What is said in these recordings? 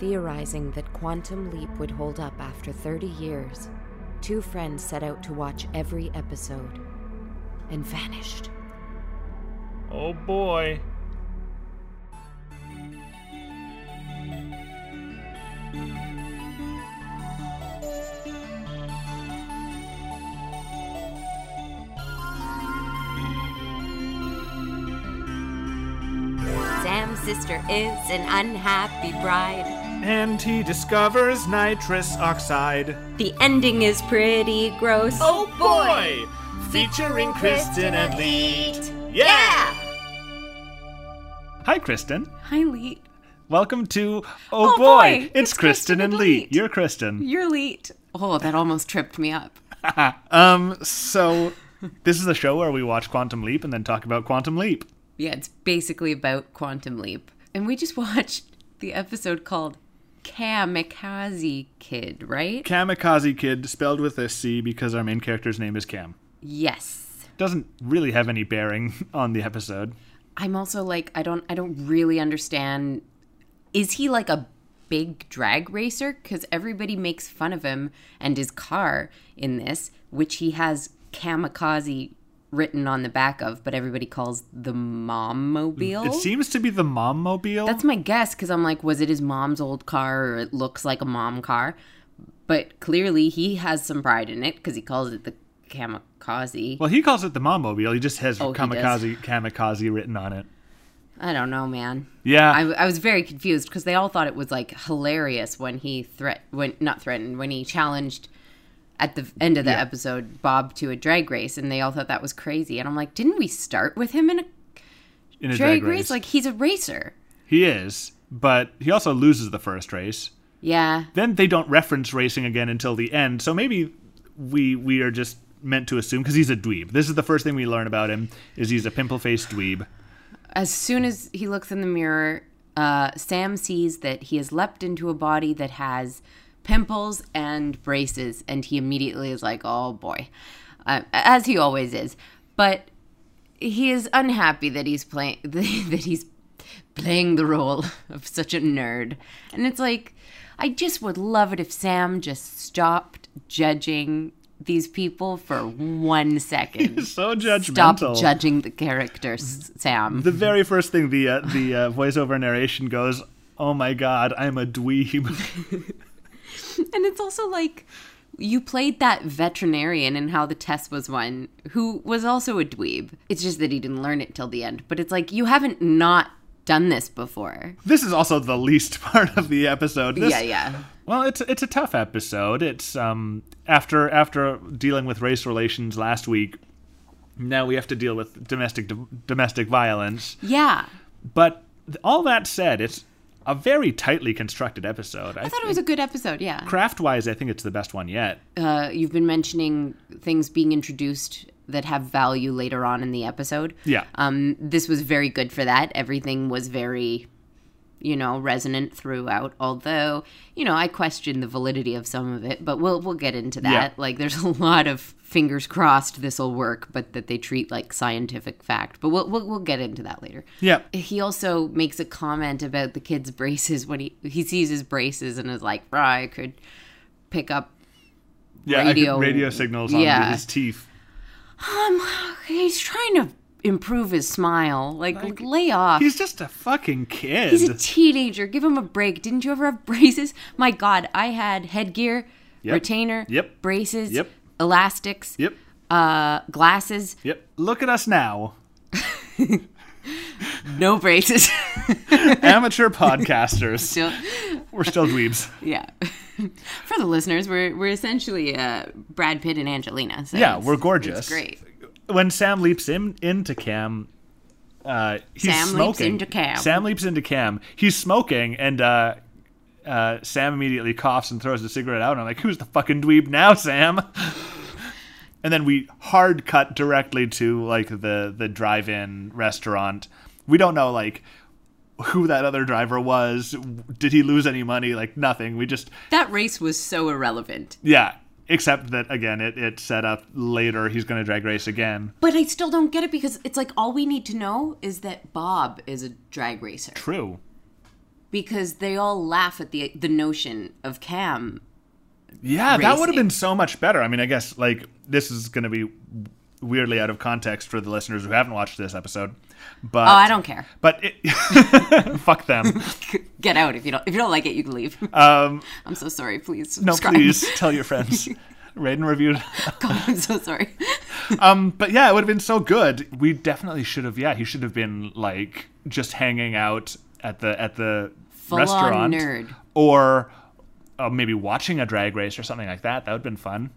Theorizing that Quantum Leap would hold up after 30 years, two friends set out to watch every episode and vanished. Oh boy. Sam's sister is an unhappy bride. And he discovers nitrous oxide. The ending is pretty gross. Oh boy! Featuring Kristen and Leet. Yeah! Hi, Kristen. Hi, Leet. Welcome to Oh, Oh, boy, boy, It's, Kristen, and Lee. Leet. You're Kristen. You're Leet. Oh, that almost tripped me up. Um, so this is the show where we watch Quantum Leap and then talk about Quantum Leap. Yeah, it's basically about Quantum Leap. And we just watched the episode called Kamikaze Kid, right? Kamikaze Kid, spelled with a C because our main character's name is Cam. Yes. Doesn't really have any bearing on the episode. I'm also like I don't I don't really understand is he like a big drag racer cuz everybody makes fun of him and his car in this which he has kamikaze written on the back of but everybody calls the mom mobile. It seems to be the mom mobile. That's my guess because I'm like, was it his mom's old car or it looks like a mom car? But clearly he has some pride in it because he calls it the kamikaze. well, he calls it the mom mobile. He just has Oh, he does. kamikaze kamikaze written on it. I don't know, man. Yeah. I, I was very confused because they all thought it was like hilarious when he threat when not threatened when he challenged at the end of the episode Bob to a drag race and they all thought that was crazy and I'm like didn't we start with him in a drag, in a race? like he's a racer He is, but he also loses the first race. yeah Then they don't reference racing again until the end. So maybe we we are just meant to assume because he's a dweeb. This is the first thing we learn about him is he's a pimple faced dweeb. As soon as he looks in the mirror, uh, Sam sees that he has leapt into a body that has pimples and braces, and he immediately is like, oh boy, uh, as he always is. But he is unhappy that he's playing that he's playing the role of such a nerd. And it's like I just would love it if Sam just stopped judging these people for one second. So Stop judgmental. judging the characters, Sam. the very first thing the uh, the uh, voiceover narration goes, "Oh my god, I'm a dweeb." And it's also like you played that veterinarian in how the test was won, who was also a dweeb. It's just that he didn't learn it till the end. But it's like you haven't not done this before. this is also the least part of the episode. This- yeah, yeah. Well, it's it's a tough episode. It's um after after dealing with race relations last week, now we have to deal with domestic domestic violence. Yeah. But th- all that said, it's a very tightly constructed episode. I thought it was a good episode, yeah. craft wise, I think it's the best one yet. Uh, you've been mentioning things being introduced that have value later on in the episode. Yeah. Um, this was very good for that. Everything was very, you know, resonant throughout. Although, you know, I question the validity of some of it, but we'll we'll get into that. Yeah. Like, there's a lot of fingers crossed this will work, but that they treat like scientific fact. But we'll we'll, we'll get into that later. yeah. He also makes a comment about the kid's braces when he he sees his braces and is like, "Rah, I could pick up Yeah, I could- radio- radio signals on yeah. his teeth. He's trying to improve his smile. Like, lay off. He's just a fucking kid. Uh, He's a teenager. Give him a break. Didn't you ever have braces? My God, I had headgear, Yep. retainer, Yep. braces, Yep. elastics, yep. uh, glasses, Yep. Look at us now. no braces. Amateur podcasters. So, We're still dweebs. yeah. For the listeners, we're we're essentially uh, Brad Pitt and Angelina. So Yeah, it's- we're gorgeous. It's great. when Sam leaps in into Cam, uh, he's Sam leaps smoking. into Cam. Sam leaps into Cam. He's smoking, and uh, uh, Sam immediately coughs and throws the cigarette out. And I'm like, "Who's the fucking dweeb now, Sam?" and then we hard cut directly to like the the drive-in restaurant. We don't know like who that other driver was. Did he lose any money? Like nothing. We just That race was so irrelevant. yeah. Except that again, it it set up later. He's going to drag race again. But I still don't get it because it's like all we need to know is that Bob is a drag racer. True. because they all laugh at the the notion of Cam. Yeah, that would have been so much better. I mean, I guess like this is going to be weirdly out of context for the listeners who haven't watched this episode. But Oh, I don't care. But it, fuck them. Get out if you don't if you don't like it, you can leave. Um, I'm so sorry. Please no, subscribe. please tell your friends. Rate and review. God, I'm so sorry. Um, but yeah, it would have been so good. We definitely should have. Yeah, he should have been like just hanging out at the at the Full-on restaurant, nerd. or uh, maybe watching a drag race or something like that. That would have been fun.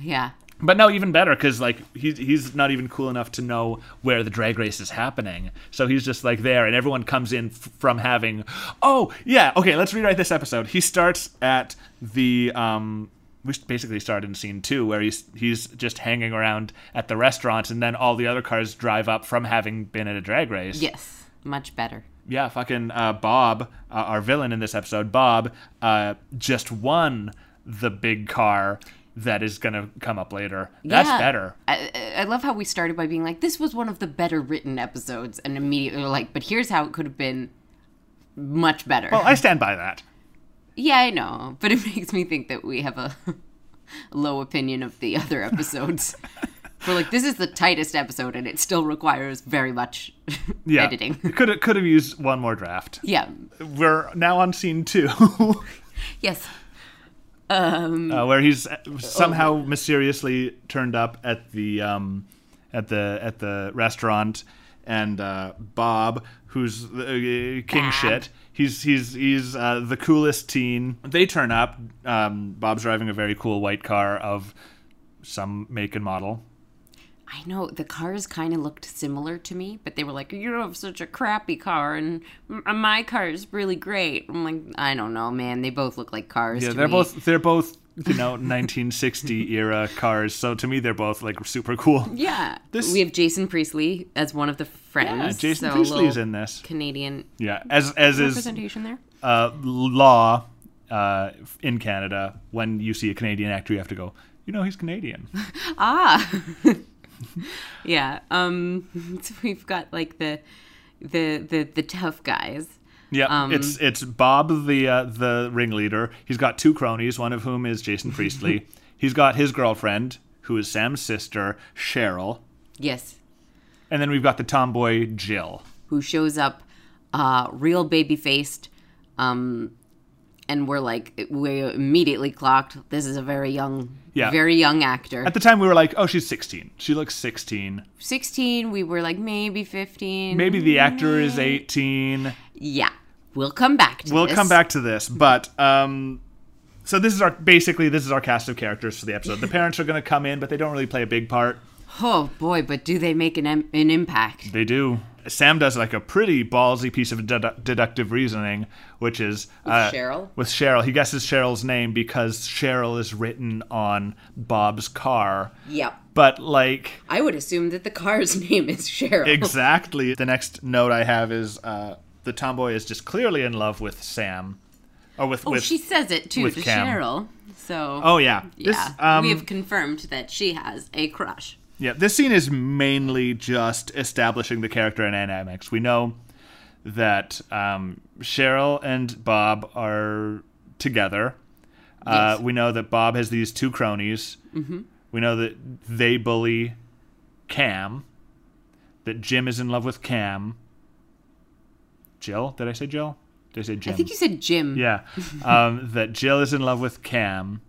Yeah. But no, even better because like he's he's not even cool enough to know where the drag race is happening. So he's just like there, and everyone comes in f- from having. Oh yeah, okay. Let's rewrite this episode. He starts at the um. We should basically start in scene two where he's he's just hanging around at the restaurant, and then all the other cars drive up from having been at a drag race. Yes. Much better. Yeah, fucking uh, Bob, uh, our villain in this episode, Bob, uh, just won the big car that is gonna come up later. That's Yeah. better. I, I- I love how we started by being like, this was one of the better written episodes, and immediately we're like, but here's how it could have been much better. Well, I stand by that. yeah, I know, but it makes me think that we have a low opinion of the other episodes. we're like, this is the tightest episode, and it still requires very much Yeah, editing. could have, could have used one more draft. yeah. We're now on scene two, Yes. uh, where he's somehow mysteriously turned up at the um, at the at the restaurant, and uh, Bob, who's uh, king shit. He's he's he's uh, the coolest teen. They turn up. Um, Bob's driving a very cool white car of some make and model. I know the cars kind of looked similar to me, but they were like, "You have such a crappy car, and m- my car is really great." I'm like, I don't know, man. They both look like cars. Yeah, to they're me. both they're both you know 1960 era cars. So to me, they're both like super cool. Yeah, This- we have Jason Priestley as one of the Yeah, friends. Jason so a Priestley is little in this. Canadian Yeah, as as is representation there. uh, law uh, in Canada. When you see a Canadian actor, you have to go. You know he's Canadian. Ah, yeah. Um, so we've got like the the the the tough guys. Yeah, Um, it's it's Bob the uh, the ringleader. He's got two cronies, one of whom is Jason Priestley. he's got his girlfriend, who is Sam's sister, Cheryl, Yes, and then we've got the tomboy Jill. who shows up uh, real baby faced. Um, and we're like, we immediately clocked. This is a very young, Yeah. very young actor. At the time, we were like, "Oh, she's 16. She looks 16. 16, we were like, maybe 15. Maybe the actor Mm-hmm. is 18." Yeah. We'll come back to We'll this. come back to this, but um, so this is our basically this is our cast of characters for the episode. The parents are going to come in, but they don't really play a big part. Oh, boy, but do they make an, em- an impact? They do. Sam does like a pretty ballsy piece of dedu- deductive reasoning, which is uh, Cheryl? With Cheryl, he guesses Cheryl's name because Cheryl is written on Bob's car. Yep. But like I would assume that the car's name is Cheryl. exactly, the next note I have is uh, the tomboy is just clearly in love with Sam, or with oh, with. she says it too with to Cam. Cheryl. So, Oh yeah, yeah. This, um, we have confirmed that she has a crush. Yeah, this scene is mainly just establishing the character and dynamics. We know that um, Cheryl and Bob are together. Uh, Yes. We know that Bob has these two cronies. Mm-hmm. We know that they bully Cam. That Jim is in love with Cam. Jill? Did I say Jill? Did I say Jim? I think you said Jim. yeah. um, that Jill is in love with Cam.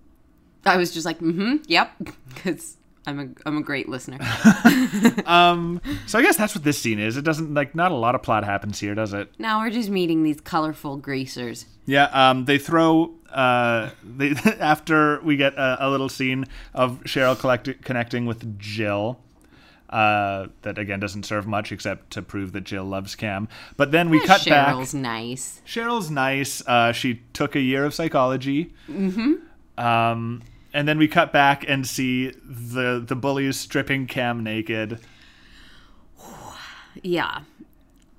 I was just like, mm-hmm, yep, because I'm a I'm a great listener. So I guess that's what this scene is. It doesn't, like, not a lot of plot happens here, does it? now we're just meeting these colorful greasers. Yeah, um, they throw. Uh, they after we get a, a little scene of Cheryl collect- connecting with Jill. Uh, that again doesn't serve much except to prove that Jill loves Cam. But then we cut Cheryl's back. nice. Cheryl's nice. Uh, she took a year of psychology. Mm-hmm. Um, and then we cut back and see the the bullies stripping Cam naked. Yeah.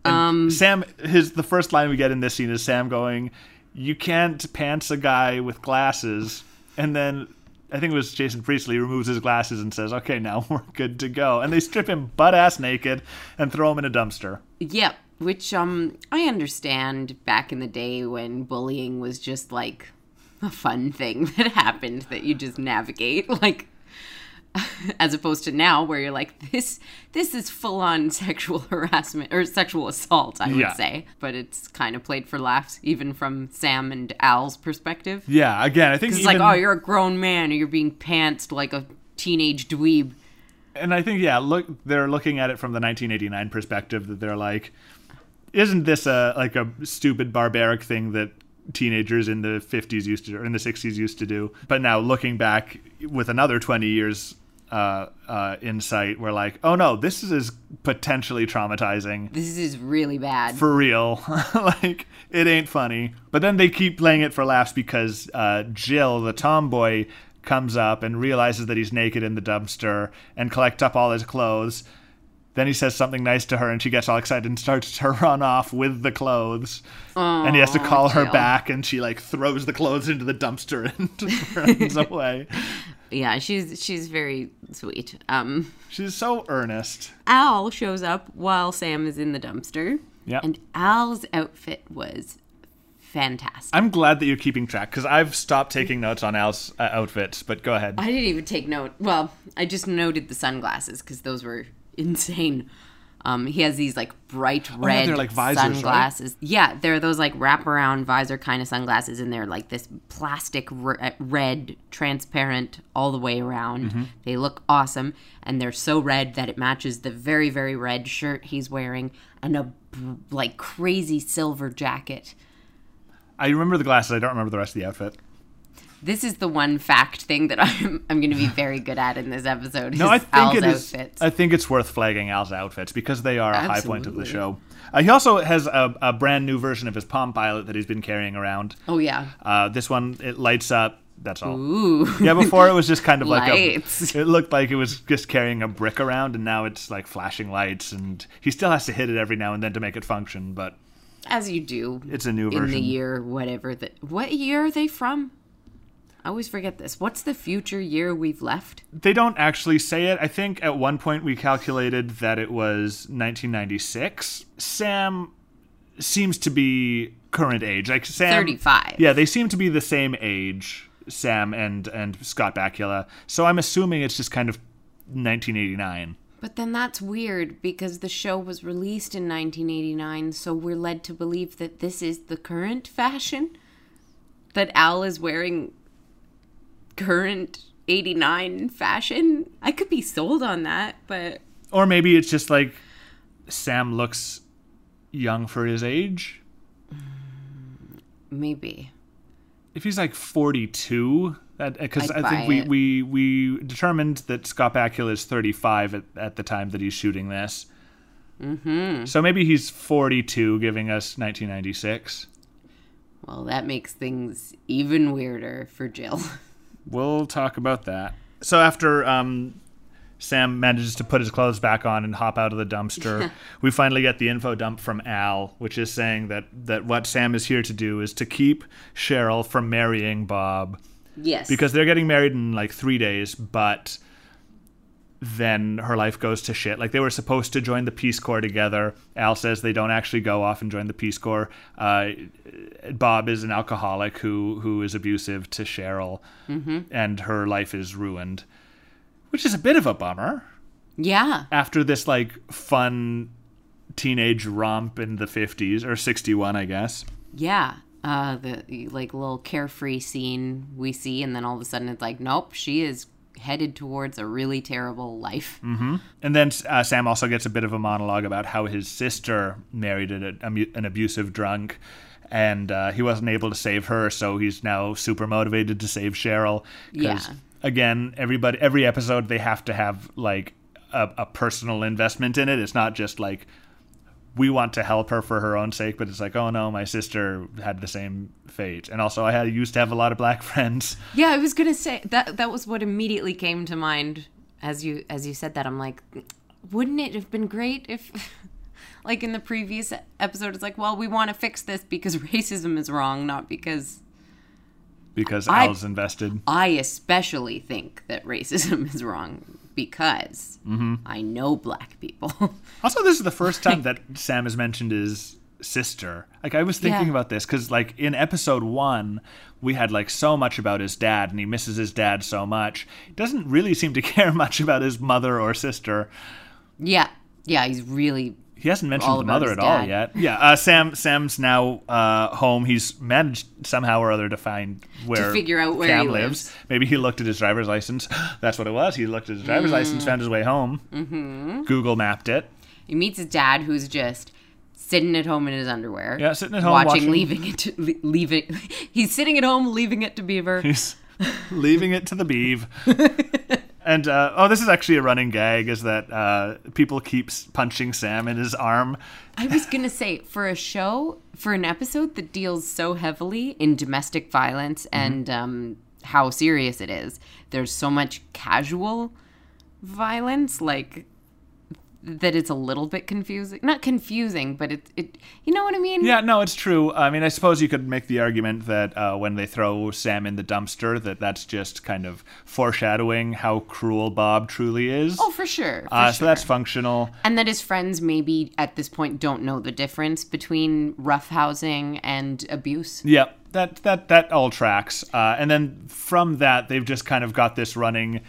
Mm. Sam, his the first line we get in this scene is Sam going, "You can't pants a guy with glasses," and then I think it was Jason Priestley removes his glasses and says, "Okay, now we're good to go." And they strip him butt ass naked and throw him in a dumpster. Yep. which um I understand back in the day when bullying was just like a fun thing that happened that you just navigate like as opposed to now where you're like this this is full on sexual harassment or sexual assault I would Yeah. say but it's kind of played for laughs even from Sam and Al's perspective Yeah, again, I think it's even- like oh you're a grown man or you're being pantsed like a teenage dweeb and I think yeah, look, they're looking at it from the 1989 perspective that they're like, isn't this a like a stupid barbaric thing that teenagers in the 50s used to or in the 60s used to do? But now looking back with another 20 years uh, uh, insight, we're like, oh no, this is potentially traumatizing this is really bad for real. like it ain't funny. But then they keep playing it for laughs because uh, Jill, the tomboy, comes up and realizes that he's naked in the dumpster and collects up all his clothes. Then he says something nice to her, and she gets all excited and starts to run off with the clothes. and he has to call her Jill. back, and she like throws the clothes into the dumpster and runs away. yeah she's she's very sweet um She's so earnest. Al shows up while Sam is in the dumpster. Yep. And Al's outfit was fantastic. I'm glad that you're keeping track because I've stopped taking notes on Al's uh, outfits. But go ahead. I didn't even take note. Well, I just noted the sunglasses because those were insane. Um, he has these like bright red Oh, they're like visors, right? sunglasses. Yeah, they're those like wraparound visor kind of sunglasses, and they're like this plastic re- red, transparent all the way around. Mm-hmm. They look awesome, and they're so red that it matches the very, very red shirt he's wearing and a br- like crazy silver jacket. I remember the glasses. I don't remember the rest of the outfit. This is the one fact thing that I'm I'm going to be very good at in this episode. No, is I think Al's it is. outfits. I think it's worth flagging Al's outfits because they are a high point of the Absolutely. show. Uh, he also has a, a brand new version of his Palm Pilot that he's been carrying around. Oh yeah. Uh, this one it lights up. That's all. Ooh. Yeah, before it was just kind of like a, Lights. it looked like it was just carrying a brick around, and now it's like flashing lights, and he still has to hit it every now and then to make it function. But As you do. it's a new in version. the year whatever that what year are they from? I always forget this. What's the future year we've left? They don't actually say it. I think at one point we calculated that it was 1996. Sam seems to be current age. Like Sam 35. Yeah, they seem to be the same age, Sam and and Scott Bakula. So I'm assuming it's just kind of 1989. But then that's weird because the show was released in 1989, so we're led to believe that this is the current fashion that Al is wearing current 89 fashion. I could be sold on that, but Or maybe it's just like Sam looks young for his age. maybe. if he's like 42 that because I'd i think buy we, it. we we determined that scott bakula is 35 at, at the time that he's shooting this mm-hmm. so maybe he's 42 giving us 1996 Well, that makes things even weirder for Jill. we'll talk about that so after um Sam manages to put his clothes back on and hop out of the dumpster. we finally get the info dump from Al, which is saying that, that what Sam is here to do is to keep Cheryl from marrying Bob. Yes. because they're getting married in like three days, but then her life goes to shit. Like they were supposed to join the Peace Corps together. Al says they don't actually go off and join the Peace Corps. Uh, Bob is an alcoholic who who is abusive to Cheryl, and her life is ruined, which is a bit of a bummer. yeah. After this like fun teenage romp in the fifties or sixty one, I guess. Yeah. Uh, the like little carefree scene we see, and then all of a sudden it's like, nope, she is headed towards a really terrible life. And then uh, Sam also gets a bit of a monologue about how his sister married an, an abusive drunk, and uh, he wasn't able to save her, so he's now super motivated to save Cheryl. 'Cause, Yeah. Again, everybody, every episode they have to have like a, a personal investment in it. It's not just like we want to help her for her own sake, but it's like, oh no, my sister had the same fate, and also I had used to have a lot of black friends. Yeah, I was gonna say that. That was what immediately came to mind as you as you said that. I'm like, wouldn't it have been great if, like in the previous episode, it's like, well, we want to fix this because racism is wrong, not because Because I- Al's invested. I especially think that racism is wrong because I know black people. Also, this is the first time that Sam has mentioned his sister. Like, I was thinking Yeah. about this because, like, in episode one, we had like so much about his dad, and he misses his dad so much. He doesn't really seem to care much about his mother or sister. yeah. Yeah, he's really He hasn't mentioned All the about mother at his all dad. yet. Yeah, uh, Sam. Sam's now uh, home. He's managed somehow or other to find where figure out where Cam he lives. Maybe he looked at his driver's license. That's what it was. He looked at his driver's license, Mm. found his way home. Mm-hmm. Google mapped it. He meets his dad, who's just sitting at home in his underwear. Yeah, sitting at home watching- leaving it, to, Le- leaving. He's sitting at home, leaving it to Beaver. He's leaving it to the beeve. And uh, oh, this is actually a running gag: is that uh, people keep s- punching Sam in his arm. I was gonna say for a show, for an episode that deals so heavily in domestic violence Mm-hmm. and um, how serious it is, there's so much casual violence, like that it's a little bit confusing. Not confusing, but it, it you know what I mean? Yeah, no, it's true. I mean, I suppose you could make the argument that uh, when they throw Sam in the dumpster, that that's just kind of foreshadowing how cruel Bob truly is. Oh, for sure. for uh, sure. So that's functional. And that his friends maybe at this point don't know the difference between roughhousing and abuse. Yeah, that that that all tracks. Uh, and then from that, they've just kind of got this running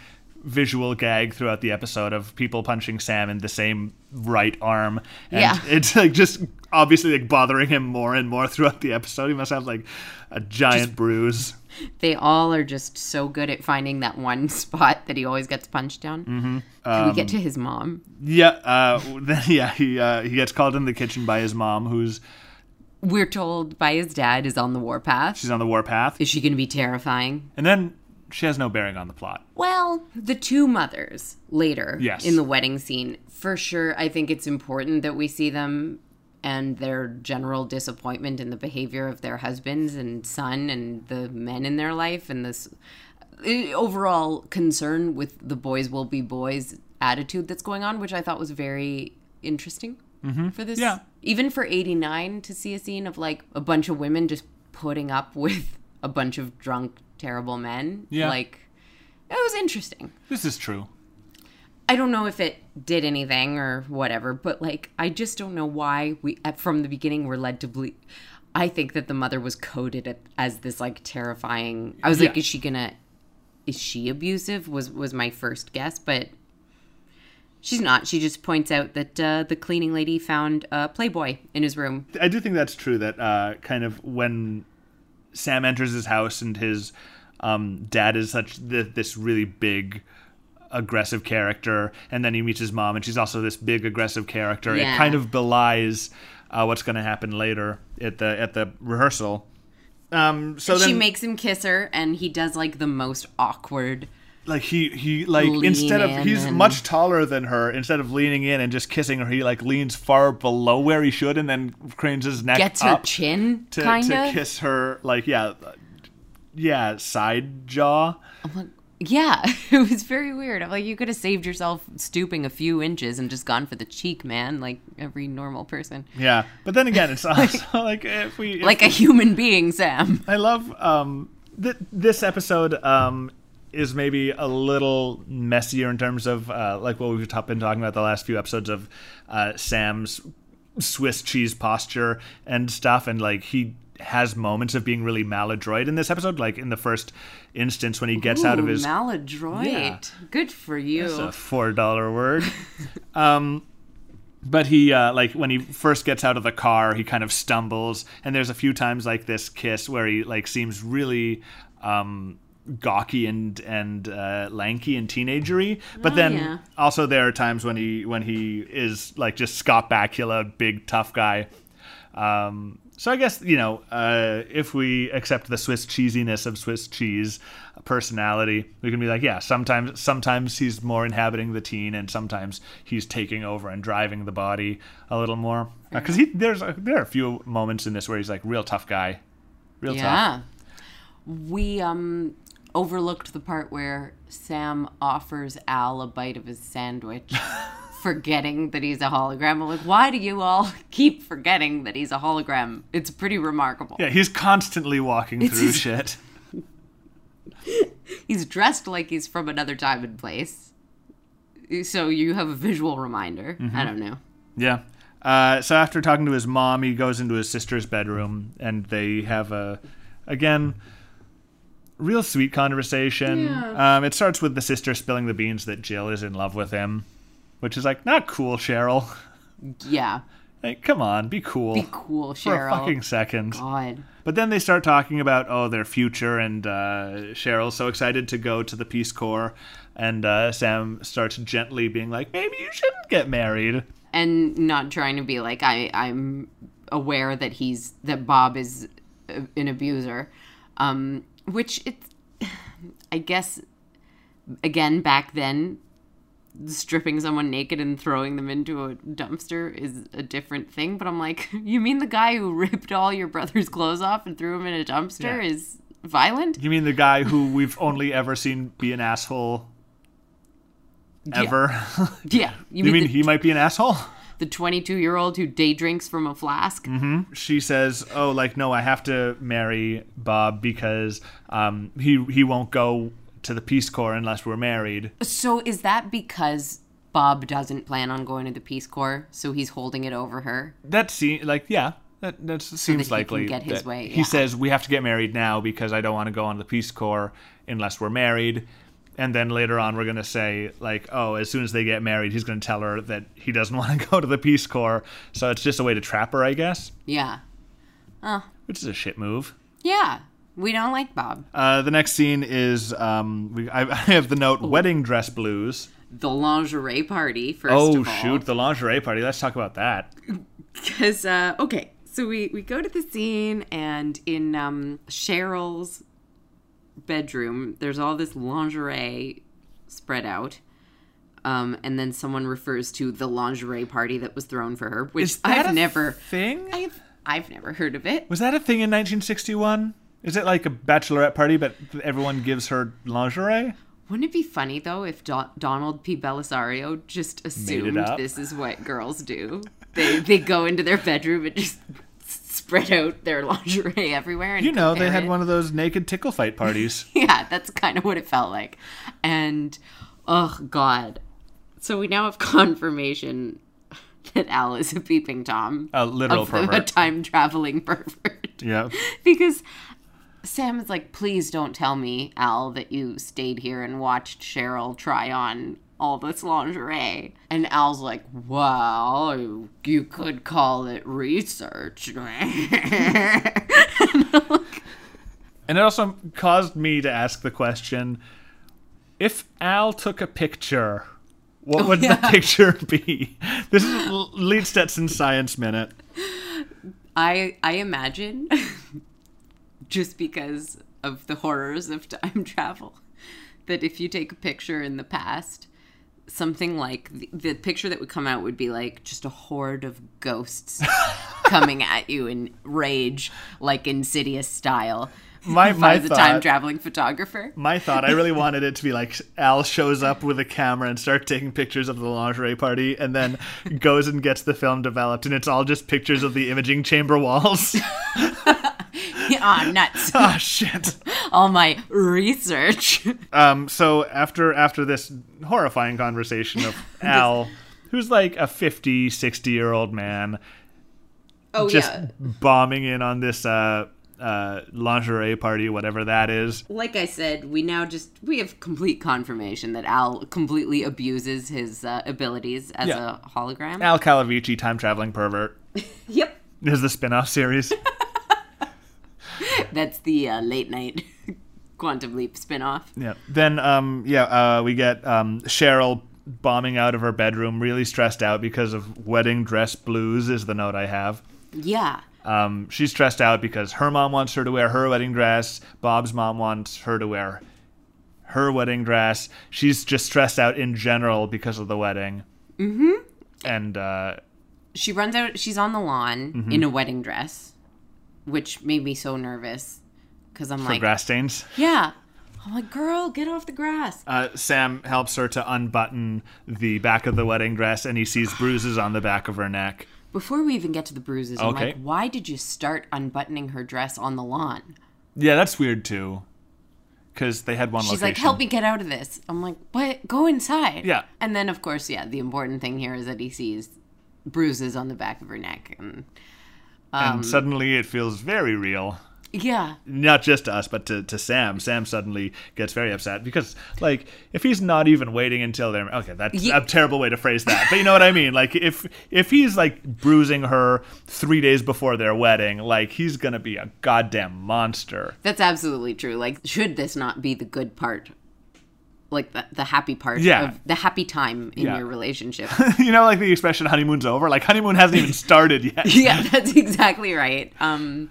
visual gag throughout the episode of people punching Sam in the same right arm. And Yeah. it's like just obviously like bothering him more and more throughout the episode. He must have like a giant bruise. They all are just so good at finding that one spot that he always gets punched down. Mm-hmm. Can we get to his mom? Yeah, uh, then yeah, he uh, he gets called in the kitchen by his mom, who's We're told by his dad is on the warpath. she's on the warpath, Is she going to be terrifying? and then she has no bearing on the plot. Well, the two mothers later Yes. in the wedding scene, for sure, I think it's important that we see them and their general disappointment in the behavior of their husbands and son and the men in their life and this eh, overall concern with the boys will be boys attitude that's going on, which I thought was very interesting for this. Mm-hmm. Yeah. Even for 89 to see a scene of like a bunch of women just putting up with a bunch of drunk, terrible men. Yeah. Like, it was interesting. This is true. I don't know if it did anything or whatever, but like I just don't know why we at- from the beginning were led to believe. I think that the mother was coded at, as this like terrifying. I was like, Yeah. is she gonna? Is she abusive? Was was my first guess, but she's not. She just points out that uh, the cleaning lady found a Playboy in his room. I do think that's true. That uh, kind of when Sam enters his house and his um, dad is such th- this really big aggressive character, and then he meets his mom, and she's also this big aggressive character. It Yeah. kind of belies uh, what's going to happen later at the at the rehearsal. Um, so she then, makes him kiss her, and he does like the most awkward. like he he like Lean instead of in he's and- much taller than her. Instead of leaning in and just kissing her, he like leans far below where he should, and then cranes his neck Gets her up. chin, to, kind to of. kiss her like yeah yeah side jaw Yeah, it was very weird. I'm like, you could have saved yourself stooping a few inches and just gone for the cheek, man, like every normal person. yeah but then again it's also like if we if- Like a human being, Sam. i love um th- this episode um is maybe a little messier in terms of uh, like what we've ta- been talking about the last few episodes of uh, sam's swiss cheese posture and stuff and like he has moments of being really maladroit in this episode like in the first instance when he gets out of Ooh, his maladroit. Good for you. It's a four dollar word. um, but he uh, like when he first gets out of the car, he kind of stumbles, and there's a few times like this kiss where he like seems really. Um, gawky and and uh, lanky and teenagery but Oh, then yeah. also there are times when he when he is like just Scott Bakula big tough guy um, so I guess you know uh, if we accept the Swiss cheesiness of Swiss cheese personality, we can be like, yeah, sometimes sometimes he's more inhabiting the teen, and sometimes he's taking over and driving the body a little more. Because he there's a, there are a few moments in this where he's like real tough guy, real tough. yeah. We um overlooked the part where Sam offers Al a bite of his sandwich. Forgetting that he's a hologram. I'm like, why do you all keep forgetting that he's a hologram? It's pretty remarkable. Yeah, he's constantly walking through his- shit. He's dressed like he's from another time and place. so you have a visual reminder. Mm-hmm. I don't know. Yeah. Uh, so after talking to his mom, he goes into his sister's bedroom, and they have a, again, real sweet conversation. Um, it starts with the sister spilling the beans that Jill is in love with him, which is like not cool, Cheryl. Yeah. Like, come on, be cool Be cool, for a Cheryl. fucking second. God. But then they start talking about oh their future, and uh, Cheryl's so excited to go to the Peace Corps, and uh, Sam starts gently being like, maybe you shouldn't get married. And not trying to be like I I'm aware that he's that Bob is uh, an abuser. Um which it's I guess again back then stripping someone naked and throwing them into a dumpster is a different thing, but I'm like, you mean the guy who ripped all your brother's clothes off and threw him in a dumpster Yeah. is violent? You mean the guy who we've only ever seen be an asshole? Ever? Yeah. You, you mean, mean he might be an asshole? the 22 year old who day drinks from a flask? She says, "Oh, like no, I have to marry Bob because um, he he won't go to the Peace Corps unless we're married." So is that because Bob doesn't plan on going to the Peace Corps, so he's holding it over her? That seems like yeah. That that seems he can likely. get his that- way, He yeah. says we have to get married now because I don't want to go on the Peace Corps unless we're married. And then later on, we're gonna say like, oh, as soon as they get married, he's gonna tell her that he doesn't want to go to the Peace Corps. So it's just a way to trap her, I guess, Yeah. which is a shit move. Yeah. We don't like Bob. Uh, the next scene is um, we, I, I have the note wedding dress blues. The lingerie party, first Oh of all. shoot, the lingerie party. Let's talk about that. Because, uh, okay, so we, we go to the scene, and in um, Cheryl's bedroom, there's all this lingerie spread out. Um, and then someone refers to the lingerie party that was thrown for her, which Is that I've a never, thing? I've, I've never heard of it. Was that a thing in 1961? Is it like a bachelorette party, but everyone gives her lingerie? Wouldn't it be funny though if Do- Donald P. Belisario just assumed up. this is what girls do? They they go into their bedroom and just spread out their lingerie everywhere. And You know, compare they had it. one of those naked tickle fight parties. Yeah, that's kind of what it felt like. And oh god, so we now have confirmation that Al is a peeping tom, A literal of the- a pervert. time traveling pervert. yeah. because Sam is like, please don't tell me, Al, that you stayed here and watched Cheryl try on all this lingerie. And Al's like, well, you- you could call it research. And it also caused me to ask the question if Al took a picture, Oh, what would the picture be? This is L- Lead Stetson Science Minute. I I imagine just because of the horrors of time travel that if you take a picture in the past something like the, the picture that would come out would be like just a horde of ghosts coming at you in rage like insidious style My, by my the time thought. traveling photographer my thought, I really wanted it to be like Al shows up with a camera and starts taking pictures of the lingerie party and then goes and gets the film developed and it's all just pictures of the imaging chamber walls. Ah, nuts Ah, shit. all my research Um, so after after this horrifying conversation of Al, who's like a 50, 60 year old man, oh just bombing in on this uh, uh, lingerie party, whatever that is, like I said, we now just we have complete confirmation that Al completely abuses his uh, abilities as Yeah. a hologram. Al Calavici, time traveling pervert, Yep, is the spin off series. that's the uh, late night quantum leap spinoff. Yeah. Then, um, yeah, uh, we get um, Cheryl bombing out of her bedroom, really stressed out because of wedding dress blues. Is the note I have. Yeah, Um, she's stressed out because her mom wants her to wear her wedding dress. Bob's mom wants her to wear her wedding dress. She's just stressed out in general because of the wedding. Mm-hmm. And uh, she runs out. She's on the lawn Mm-hmm. in a wedding dress, which made me so nervous because I'm for like, grass stains. yeah, I'm like, girl, get off the grass. Uh, Sam helps her to unbutton the back of the wedding dress, and he sees bruises on the back of her neck. Before we even get to the bruises, I'm Okay. like, why did you start unbuttoning her dress on the lawn? Yeah, that's weird too. because they had one She's location. like, help me get out of this. I'm like, what? Go inside. Yeah. And then, of course, yeah, the important thing here is that he sees bruises on the back of her neck. And and suddenly it feels very real. yeah, Not just to us, but to, to Sam. Sam suddenly gets very upset because, like, if he's not even waiting until they're okay, that's Ye- a terrible way to phrase that. But you know what I mean. Like, if if he's like bruising her three days before their wedding, like he's gonna be a goddamn monster. that's absolutely true. Like, should this not be the good part? Like the, the happy part Yeah. of the happy time in Yeah. your relationship. you know, like the expression "honeymoon's over." Like honeymoon hasn't even started yet. yeah, that's exactly right. Um,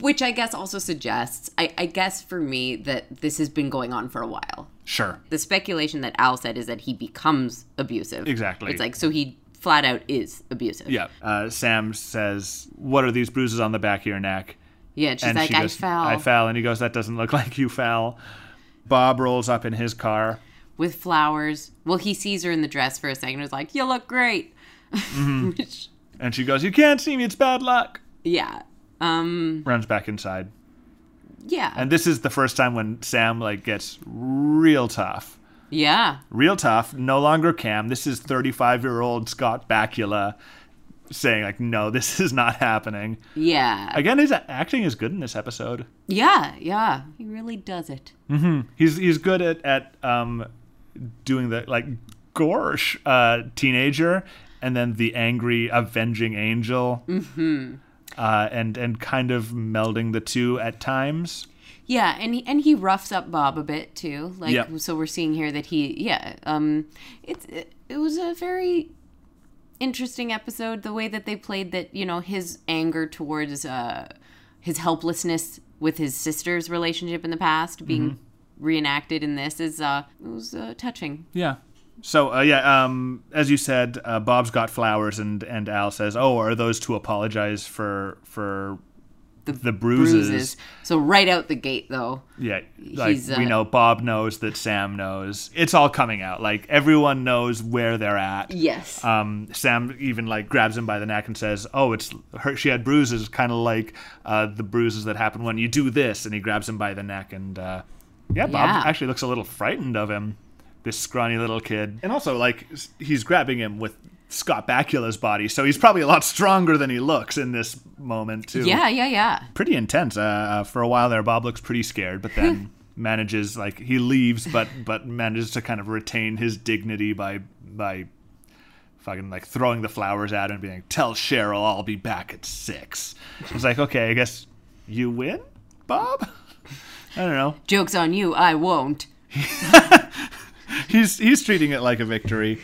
which I guess also suggests, I, I guess for me, that this has been going on for a while. Sure. The speculation that Al said is that he becomes abusive. Exactly. It's like, so he flat out is abusive. Yeah. Uh, Sam says, "What are these bruises on the back of your neck?" Yeah, and she's like, she I goes, fell I fell, and he goes, "That doesn't look like you fell." Bob rolls up in his car. with flowers. Well, he sees her in the dress for a second and is like, You look great. Mm-hmm. Which, And she goes, You can't see me, it's bad luck. yeah. Um, Runs back inside. yeah. And this is the first time when Sam like gets real tough. yeah. Real tough, no longer Cam. This is 35 year old Scott Bakula saying, like, no, this is not happening. Yeah. Again, his acting is good in this episode. yeah. Yeah. He really does it. He's he's good at, at um doing the like gorsh uh teenager and then the angry avenging angel. Mm-hmm. Uh, and and kind of melding the two at times. Yeah, and he, and he roughs up Bob a bit too. Like Yep. so we're seeing here that he yeah, um it's it, it was a very interesting episode the way that they played that, you know, his anger towards uh his helplessness with his sister's relationship in the past being Mm-hmm. reenacted in this is uh it was uh, touching. Yeah. So uh, yeah, um, as you said, uh, Bob's got flowers, and and Al says, "Oh, are those to apologize for for the, bruises. Bruises. So right out the gate though. Yeah, like He's, uh, we know, Bob knows that Sam knows. It's all coming out. Like everyone knows where they're at. Yes. Um, Sam even like grabs him by the neck and says, "Oh, it's her. She had bruises, kind of like uh, the bruises that happen when you do this." And he grabs him by the neck, and uh, yeah, Bob Yeah. actually looks a little frightened of him, this scrawny little kid. And also, like s- he's grabbing him with Scott Bakula's body, so he's probably a lot stronger than he looks in this moment too. yeah, yeah, yeah. pretty intense. Uh, uh, for a while there, Bob looks pretty scared, but then. manages like he leaves but but manages to kind of retain his dignity by by fucking like throwing the flowers at him and being like, tell cheryl i'll be back at six it's like okay i guess you win bob i don't know Jokes on you, I won't. he's he's treating it like a victory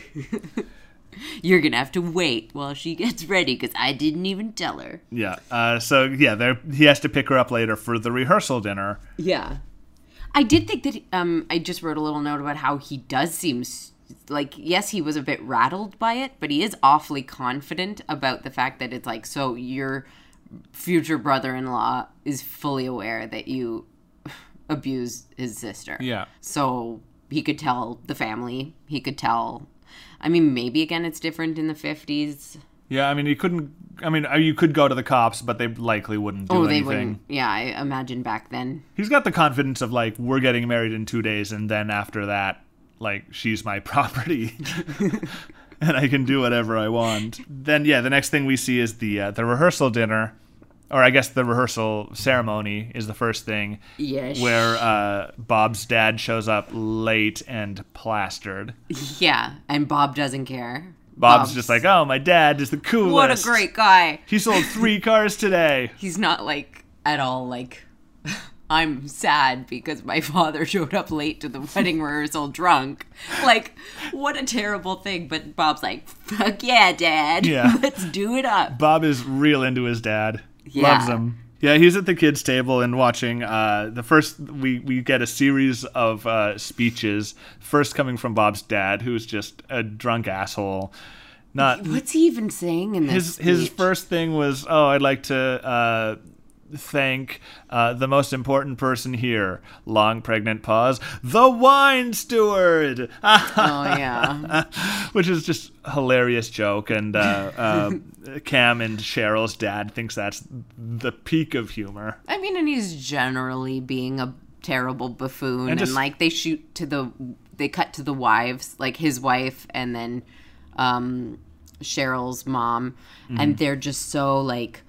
You're gonna have to wait while she gets ready because I didn't even tell her. yeah uh, so yeah there he has to pick her up later for the rehearsal dinner Yeah. I did think that um I just wrote a little note about how he does seem s- like yes, he was a bit rattled by it, but he is awfully confident about the fact that it's like so your future brother-in-law is fully aware that you abused his sister. Yeah. So he could tell the family, he could tell I mean maybe again it's different in the 50s. yeah i mean you couldn't i mean uh, you could go to the cops but they likely wouldn't do Oh, anything they wouldn't. Yeah, I imagine back then. he's got the confidence of like we're getting married in two days and then after that like she's my property and i can do whatever i want then yeah the next thing we see is the uh, the rehearsal dinner or i guess the rehearsal ceremony is the first thing Yes. where uh, bob's dad shows up late and plastered Yeah, and Bob doesn't care. bob's, just like oh my dad is the coolest what a great guy. he sold three cars today He's not like at all like I'm sad because my father showed up late to the wedding rehearsal drunk. Like, what a terrible thing. But Bob's like, fuck yeah, dad. Yeah. Let's do it up. Bob is real into his dad. Yeah. Loves him. Yeah, he's at the kids' table and watching. Uh, the first we we get a series of uh, speeches. First coming from Bob's dad, who's just a drunk asshole. Not What's he even saying in this? his his speech? first thing was, oh, I'd like to uh, thank uh, the most important person here. Long pregnant pause. The wine steward. Oh, yeah. which is just a hilarious joke and uh, uh, cam and cheryl's dad thinks that's the peak of humor I mean, and he's generally being a terrible buffoon, and, just- like they shoot to the they cut to the wives, like his wife, and then um, Cheryl's mom, Mm-hmm. and they're just so like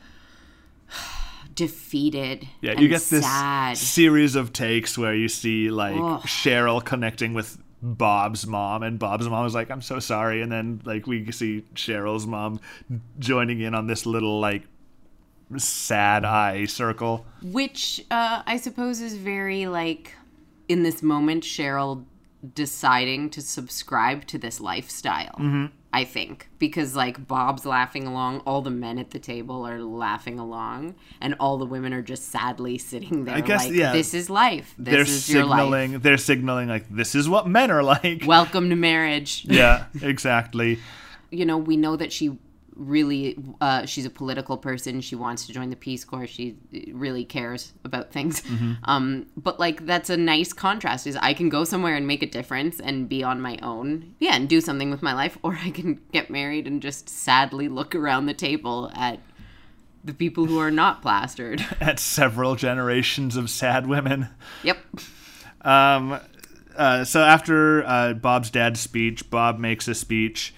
defeated. Yeah, and you get this sad. series of takes where you see like Cheryl connecting with Bob's mom, and Bob's mom is like, "I'm so sorry," and then like we see Cheryl's mom joining in on this little like sad eye circle. Which uh, I suppose is very like in this moment, Cheryl deciding to subscribe to this lifestyle. Mm-hmm. I think because like Bob's laughing along, all the men at the table are laughing along, and all the women are just sadly sitting there. guess, like, yeah. This is life. This they're is your life. signaling. They're signaling like this is what men are like. Welcome to marriage. yeah, exactly. you know, we know that she really uh, she's a political person. She wants to join the Peace Corps. She uh, really cares about things. Um, but like that's a nice contrast. Is I can go somewhere and make a difference and be on my own, yeah, and do something with my life, or I can get married and just sadly look around the table at the people who are not plastered. At several generations of sad women. yep. Um, uh, so after uh, Bob's dad's speech, Bob makes a speech,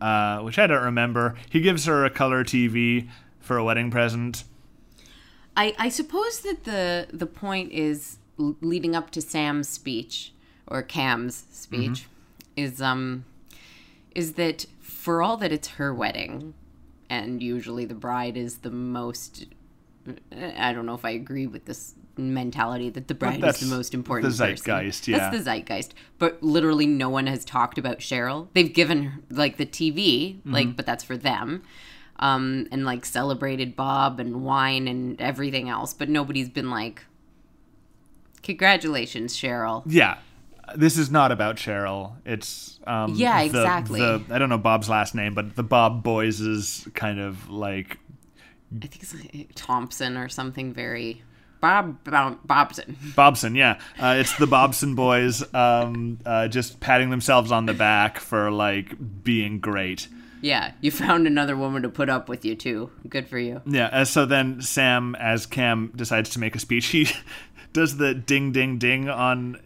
uh, which I don't remember. He gives her a color TV for a wedding present. I, I suppose that the the point is l- leading up to Sam's speech or Cam's speech is um is that for all that it's her wedding and usually the bride is the most I don't know if I agree with this mentality that the bride is that's the most important the zeitgeist, person. yeah. That's the zeitgeist. But literally no one has talked about Cheryl. They've given her like the TV, Mm-hmm. like but that's for them. Um and like celebrated Bob and wine and everything else, but nobody's been like Congratulations, Cheryl. Yeah, this is not about Cheryl. It's um, Yeah, the- exactly. The, I don't know Bob's last name, but the Bob boys is kind of like I think it's like Thompson or something very Bob Bob- Bobson. Bobson, yeah. Uh, it's the Bobson boys um, uh, just patting themselves on the back for like being great. Yeah, you found another woman to put up with you too. Good for you. Yeah. Uh, so then Sam, as Cam decides to make a speech, he does the ding, ding, ding on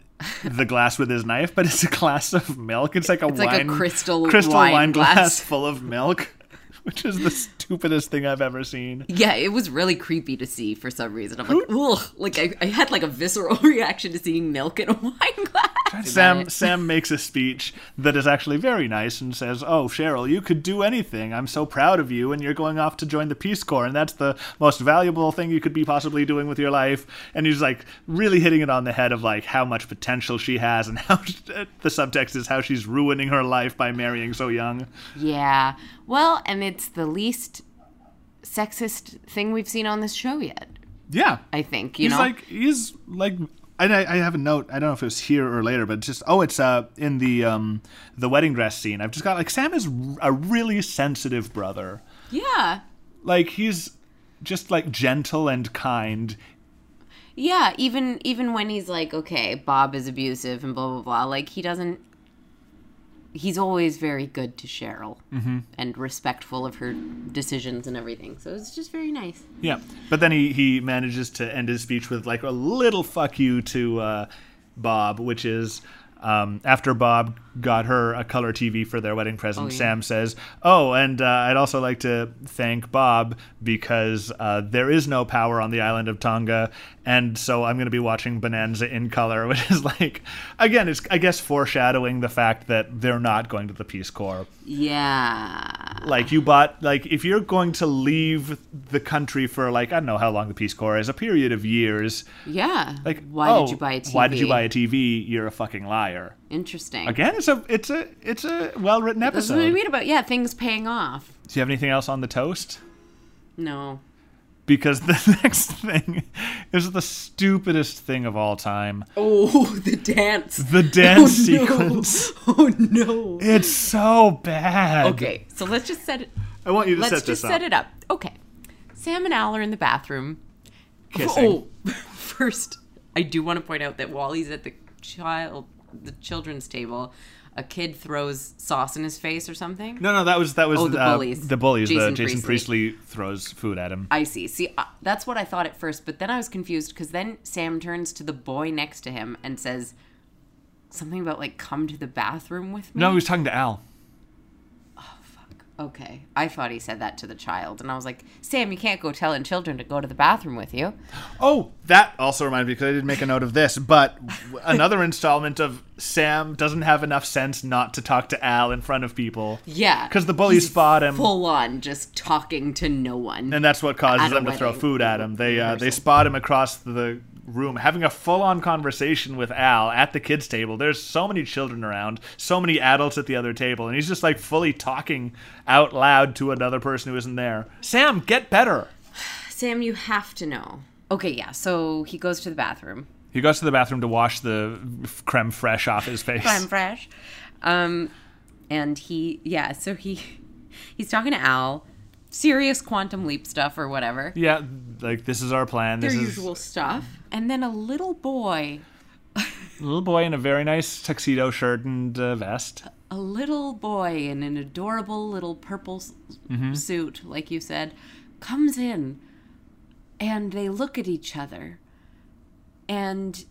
the glass with his knife, but it's a glass of milk. It's like a like wine a crystal crystal wine glass. glass. full of milk, which is the stupidest thing I've ever seen. Yeah, it was really creepy to see for some reason. I'm like, ugh. Like I, I had like a visceral reaction to seeing milk in a wine glass. Sam it. Sam makes a speech that is actually very nice and says, "Oh, Cheryl, you could do anything. I'm so proud of you, and you're going off to join the Peace Corps, and that's the most valuable thing you could be possibly doing with your life." And he's like really hitting it on the head of like how much potential she has, and how the subtext is how she's ruining her life by marrying so young. Yeah. Well, and it's the least sexist thing we've seen on this show yet. Yeah, I think you he's know. like he's like. And I, I have a note. I don't know if it was here or later, but it's just oh, it's uh in the um the wedding dress scene. I've just got like Sam is a really sensitive brother. yeah. like he's just like gentle and kind. Yeah, even even when he's like, okay, Bob is abusive and blah blah blah, like he doesn't. He's always very good to Cheryl Mm-hmm. and respectful of her decisions and everything. So it's just very nice. Yeah. But then he he manages to end his speech with like a little fuck you to uh, Bob, which is. Um, after Bob got her a color TV for their wedding present, yeah. Sam says, "Oh, and uh, I'd also like to thank Bob because uh, there is no power on the island of Tonga, and so I'm going to be watching Bonanza in color, which is like, again, it's I guess foreshadowing the fact that they're not going to the Peace Corps. Yeah. like you bought like if you're going to leave the country for like i don't know how long the peace corps is a period of years Yeah. like why oh, did you buy a TV? why did you buy a tv you're a fucking liar Interesting. again it's a it's a it's a well-written That's what we episode do read about. Yeah, things paying off. you have anything else on the toast No. because the next thing is the stupidest thing of all time Oh, the dance. the dance sequence Oh no. it's so bad Okay, so let's just set it. i want you to Let's set this just set up it up. Okay. Sam and Al are in the bathroom. Kissing. Oh, first, I do want to point out that while he's at the child, the children's table, a kid throws sauce in his face or something? No, no, that was that was Oh, the uh, bullies. the bullies. Jason the Jason Priestley. Priestley. throws food at him. I see. See, uh, that's what I thought at first, but then I was confused because then Sam turns to the boy next to him and says something about like come to the bathroom with me. No, he was talking to Al. Okay. I thought he said that to the child, and I was like, Sam, you can't go telling children to go to the bathroom with you. Oh, that also reminded me because I didn't make a note of this, but another installment of Sam doesn't have enough sense not to talk to Al in front of people Yeah. because the bullies spot him, full on just talking to no one. and that's what At causes a them to throw wedding food at him. They uh, they rehearsal. spot him across the room having a full-on conversation with Al at the kids table. There's so many children around, so many adults at the other table, and he's just like fully talking out loud to another person who isn't there. Sam, get better. Sam, you have to know. Okay, yeah. So he goes to the bathroom. He goes to the bathroom to wash the f- creme fraiche off his face. I'm fresh. Um, and he, yeah. So he, he's talking to Al. Serious quantum leap stuff or whatever. Yeah, like this is our plan. This Their is usual stuff. And then a little boy, a little boy in a very nice tuxedo shirt and uh, vest. a little boy in an adorable little purple s Mm-hmm. suit, like you said, comes in and they look at each other and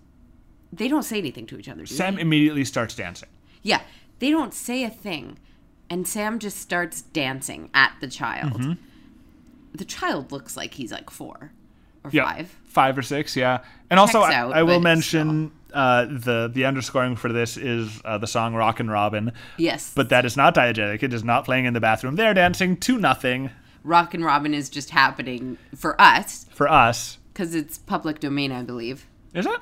they don't say anything to each other. do Sam immediately starts dancing. Yeah, they don't say a thing. And Sam just starts dancing at the child. Mm-hmm. The child looks like he's like four or Yeah, five. five or six. Yeah, and also Checks I, out, I will but mention uh, the the underscoring for this is uh, the song "Rockin' Robin," Yes. but that is not diegetic. It is not playing in the bathroom. They're dancing to nothing Rock and Robin is just happening for us for us. because it's public domain, I believe. Is it?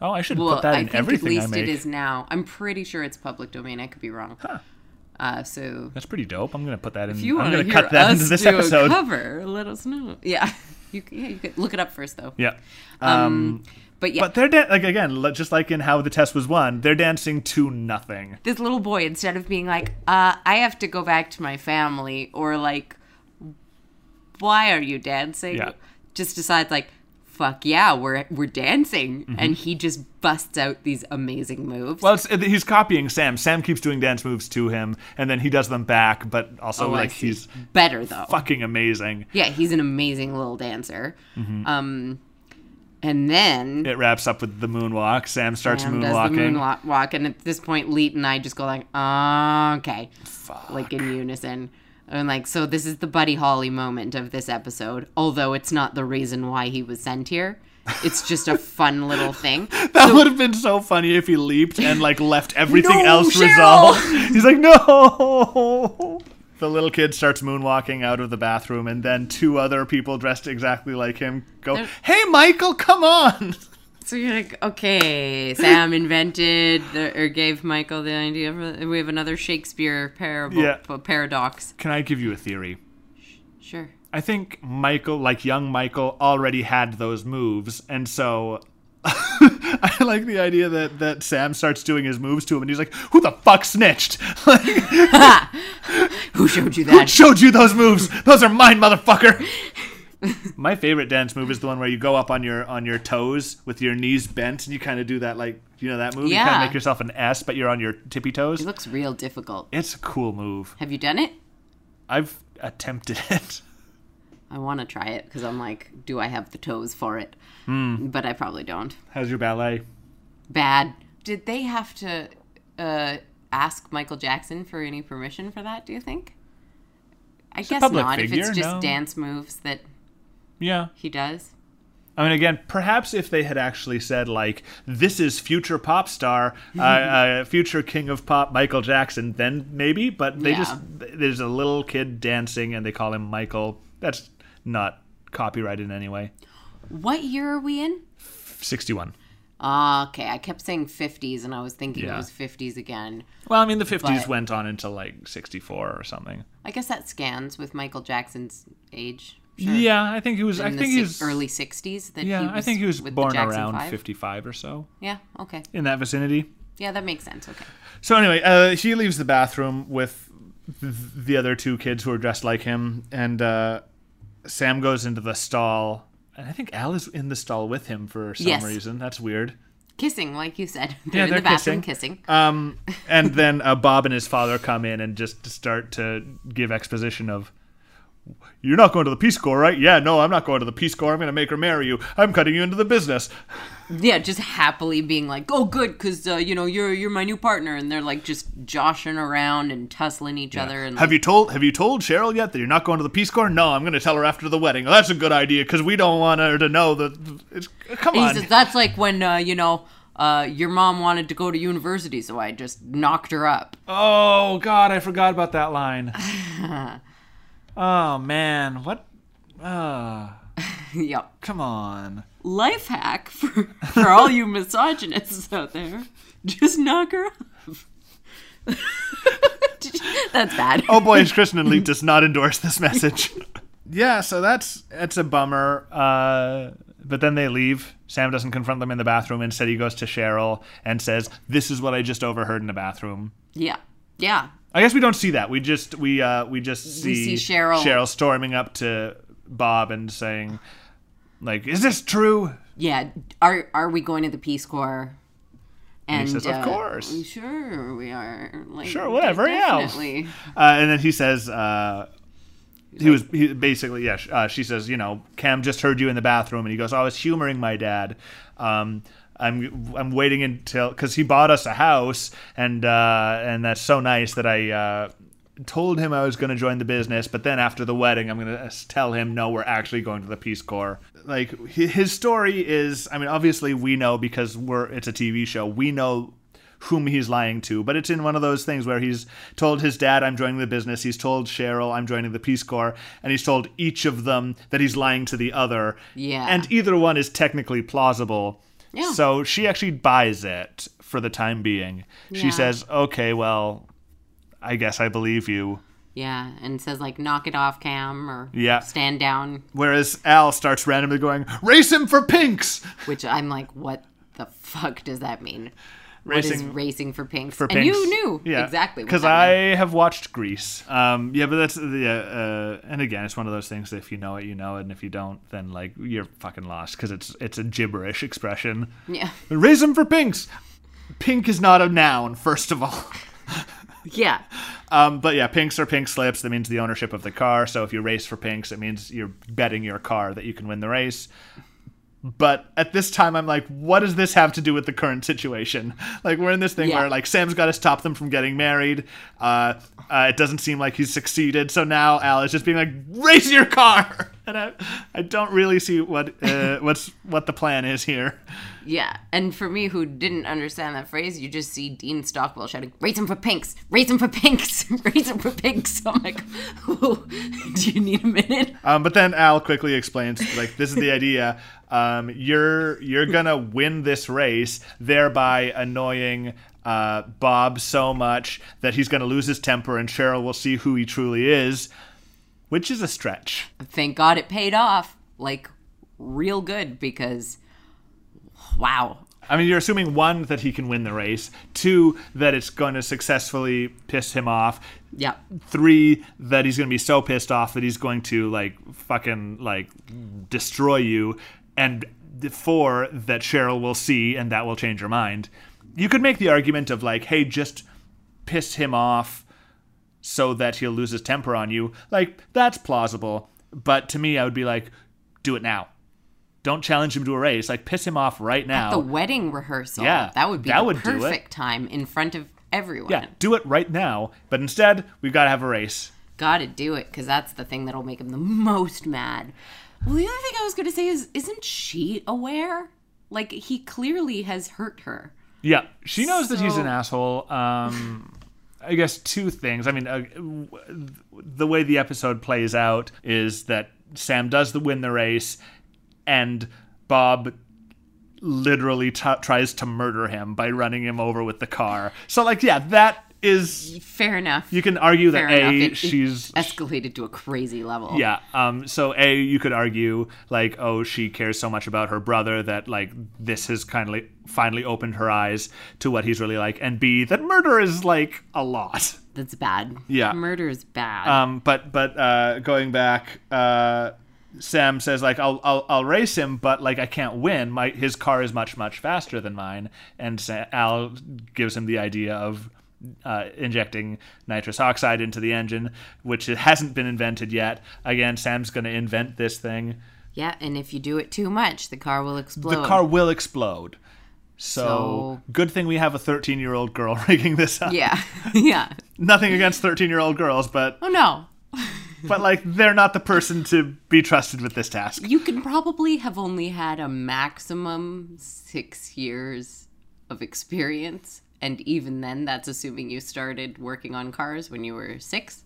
Oh, I should Well, put that I in think at everything I least make. it is now. I'm pretty sure it's public domain. I could be wrong. Uh, so That's pretty dope. I'm gonna put that in. if you I'm want to gonna hear cut that us into this do episode. a cover, let us know. Yeah, you, yeah, you could look it up first though. Yeah. Um, but yeah, But they're da- like again, li- just like in how the test was won, they're dancing to nothing. this little boy instead of being like uh, i have to go back to my family or like why are you dancing Yeah. just decides like fuck yeah we're we're dancing and he just busts out these amazing moves Mm-hmm. Well, it's, it- he's copying Sam. Sam keeps doing dance moves to him, and then he does them back. But also, Oh, I like see. he's better though fucking amazing. yeah he's an amazing little dancer Mm-hmm. um and then It wraps up with the moonwalk. Sam starts Sam does the moonwalking. moonwalk walk, and at this point, Leet and I just go like, "Uh, okay, like in unison, and like so. This is the Buddy Holly moment of this episode, although it's not the reason why he was sent here. It's just a fun little thing. That would have been so funny if he leaped and like left everything No, else Cheryl! resolved. He's like, no. The little kid starts moonwalking out of the bathroom, and then two other people dressed exactly like him go, "Hey, Michael, come on!" So you're like, okay, Sam invented the, or gave Michael the idea. For, we have another Shakespeare parable, Yeah. paradox. Can I give you a theory? Sure. I think Michael, like young Michael, already had those moves, and so I like the idea that that Sam starts doing his moves to him, and he's like, "Who the fuck snitched? Like, Who showed you that? showed you those moves? Those are mine, motherfucker." My favorite dance move is the one where you go up on your on your toes with your knees bent, and you kind of do that, like you know that move. You kind Yeah. of make yourself an S, but you're on your tippy It toes. looks real difficult. It's a cool move. Have you done it? I've attempted it. I want to try it because I'm like, do I have the toes for it? Hmm. But I probably don't. How's your ballet? Bad. Did they have to uh, ask Michael Jackson for any permission for that, do you think? I guess public not, if figure, it's just no. dance moves that Yeah. he does. I mean, again, perhaps if they had actually said, like, this is future pop star, uh, uh, future king of pop, Michael Jackson, then maybe, but they Yeah. just, there's a little kid dancing and they call him Michael. That's not copyrighted in any way. What year are we in? 61. Ah, okay, I kept saying 50s and I was thinking it Yeah. was 50s again. Well, I mean, the 50s But- went on until like 64 or something. I guess that scans with Michael Jackson's age. Sure. Yeah, I think he was, I In the think si- he's, early 60s. That he yeah, was I think he was with the born Jackson around Five? 55 or so Yeah, okay. in that vicinity. Yeah, that makes sense. Okay. So anyway, uh, he leaves the bathroom with th- the other two kids who are dressed like him, and uh, Sam goes into the stall. And I think Al is in the stall with him for some Yes. reason. That's weird. Kissing, like you said. They're, in they're the bathroom kissing. kissing. Um, and then uh, Bob and his father come in and just start to give exposition of, "You're not going to the Peace Corps, right? Yeah, no, I'm not going to the Peace Corps. I'm going to make her marry you. I'm cutting you into the business. yeah, just happily being like, "Oh, good, because uh, you know you're you're my new partner," and they're like just joshing around and tussling each other. And Have you told Have you told Cheryl yet that you're not going to the Peace Corps? No, I'm going to tell her after the wedding. Well, that's a good idea because we don't want her to know that. It's, come he on, says that's like when uh, you know uh, your mom wanted to go to university, so I just knocked her up. Oh God, I forgot about that line. oh man, what? Uh, yep. come on. life hack for, for all you misogynists out there. Just knock her off. That's bad. Oh boy, is Kristen and Lee does not endorse this message. yeah, so that's it's a bummer. Uh, but then they leave. Sam doesn't confront them in the bathroom. Instead, he goes to Cheryl and says, "This is what I just overheard in the bathroom." Yeah. Yeah. I guess we don't see that. We just we uh we just see, see Cheryl- Cheryl storming up to Bob and saying, "Like, is this true?" Yeah. Are are we going to the Peace Corps? And uh, says, "Of course." Sure, we are. Like, Sure, whatever, yeah. Definitely. Uh, and then he says, uh, he was he basically, yeah, sh- uh, she says, you know, Cam just heard you in the bathroom. And he goes, "Oh, I was humoring my dad. Um, I'm, I'm waiting until, because he bought us a house. And, uh, and that's so nice that I uh, told him I was going to join the business. But then after the wedding, I'm going to tell him, no, we're actually going to the Peace Corps. Like hi- his story is, I mean, obviously we know because we're, it's a TV show. We know whom he's lying to. But it's in one of those things where he's told his dad, I'm joining the business. He's told Cheryl, I'm joining the Peace Corps. And he's told each of them that he's lying to the other. Yeah. And either one is technically plausible. Yeah. So she actually buys it for the time being. She Yeah. says, Okay, well, I guess I believe you. Yeah, and says like knock it off, Cam, or Yeah. stand down. Whereas Al starts randomly going, Race him for pinks! Which I'm like, what the fuck does that mean? what is Racing racing for pinks? for and pinks. you knew exactly what because that meant. I have watched Grease. Um, yeah, but that's the uh, uh, and again, it's one of those things. That if you know it, you know it, and if you don't, then like you're fucking lost because it's it's a gibberish expression. yeah. Raise them for pinks. Pink is not a noun, first of all. yeah. Um, but yeah, pinks are pink slips. That means the ownership of the car. So if you race for pinks, it means you're betting your car that you can win the race. But at this time, I'm like, what does this have to do with the current situation? Like, we're in this thing Yeah. where like Sam's got to stop them from getting married. Uh, uh, it doesn't seem like he's succeeded. So now Al is just being like, race your car, and I, I don't really see what uh, what's what the plan is here. Yeah, and for me who didn't understand that phrase, you just see Dean Stockwell shouting, "Raise him for pinks! Raise him for pinks! Raise him for pinks!" I'm like, "Ooh, "Do you need a minute?" Um, but then Al quickly explains, like, this is the idea. Um, you're you're gonna win this race, thereby annoying uh, Bob so much that he's gonna lose his temper, and Cheryl will see who he truly is, which is a stretch. Thank God it paid off, like real good because, wow, I mean, you're assuming one that he can win the race, two that it's going to successfully piss him off, yeah, three that he's going to be so pissed off that he's going to like fucking like destroy you and four that cheryl will see and that will change her mind you could make the argument of like hey just piss him off so that he'll lose his temper on you like that's plausible but to me i would be like do it now don't challenge him to a race like piss him off right now the wedding rehearsal. Yeah, that would be that the would do it. perfect time in front of everyone. yeah do it right now but instead we've got to have a race Got to do it because that's the thing that'll make him the most mad. Well, the other thing I was going to say is, isn't she aware? Like he clearly has hurt her. Yeah, she knows that he's So- an asshole. Um, I guess two things. I mean, uh, w- the way the episode plays out is that Sam does the win the race, and Bob literally t- tries to murder him by running him over with the car. So, like, yeah, that is. Fair enough. You can argue Fair that enough. a It- it she's escalated to a crazy level. yeah. Um. So a you could argue like, oh, she cares so much about her brother that like this has kindly finally opened her eyes to what he's really like, and b that murder is like a lot. that's bad. Yeah. murder is bad. Um. But but uh, going back, uh, Sam says like I'll I'll I'll race him, but like I can't win. My his car is much much faster than mine. And Sa- Al gives him the idea of uh, injecting nitrous oxide into the engine, which it hasn't been invented yet. Again, Sam's going to invent this thing. Yeah, and if you do it too much, the car will explode. The car will explode. So, So- good thing we have a 13 year old girl rigging this up. Yeah, yeah. Nothing against 13 year old girls, but Oh no. but like they're not the person to be trusted with this task. You can probably have only had a maximum six years of experience. And even then, that's assuming you started working on cars when you were six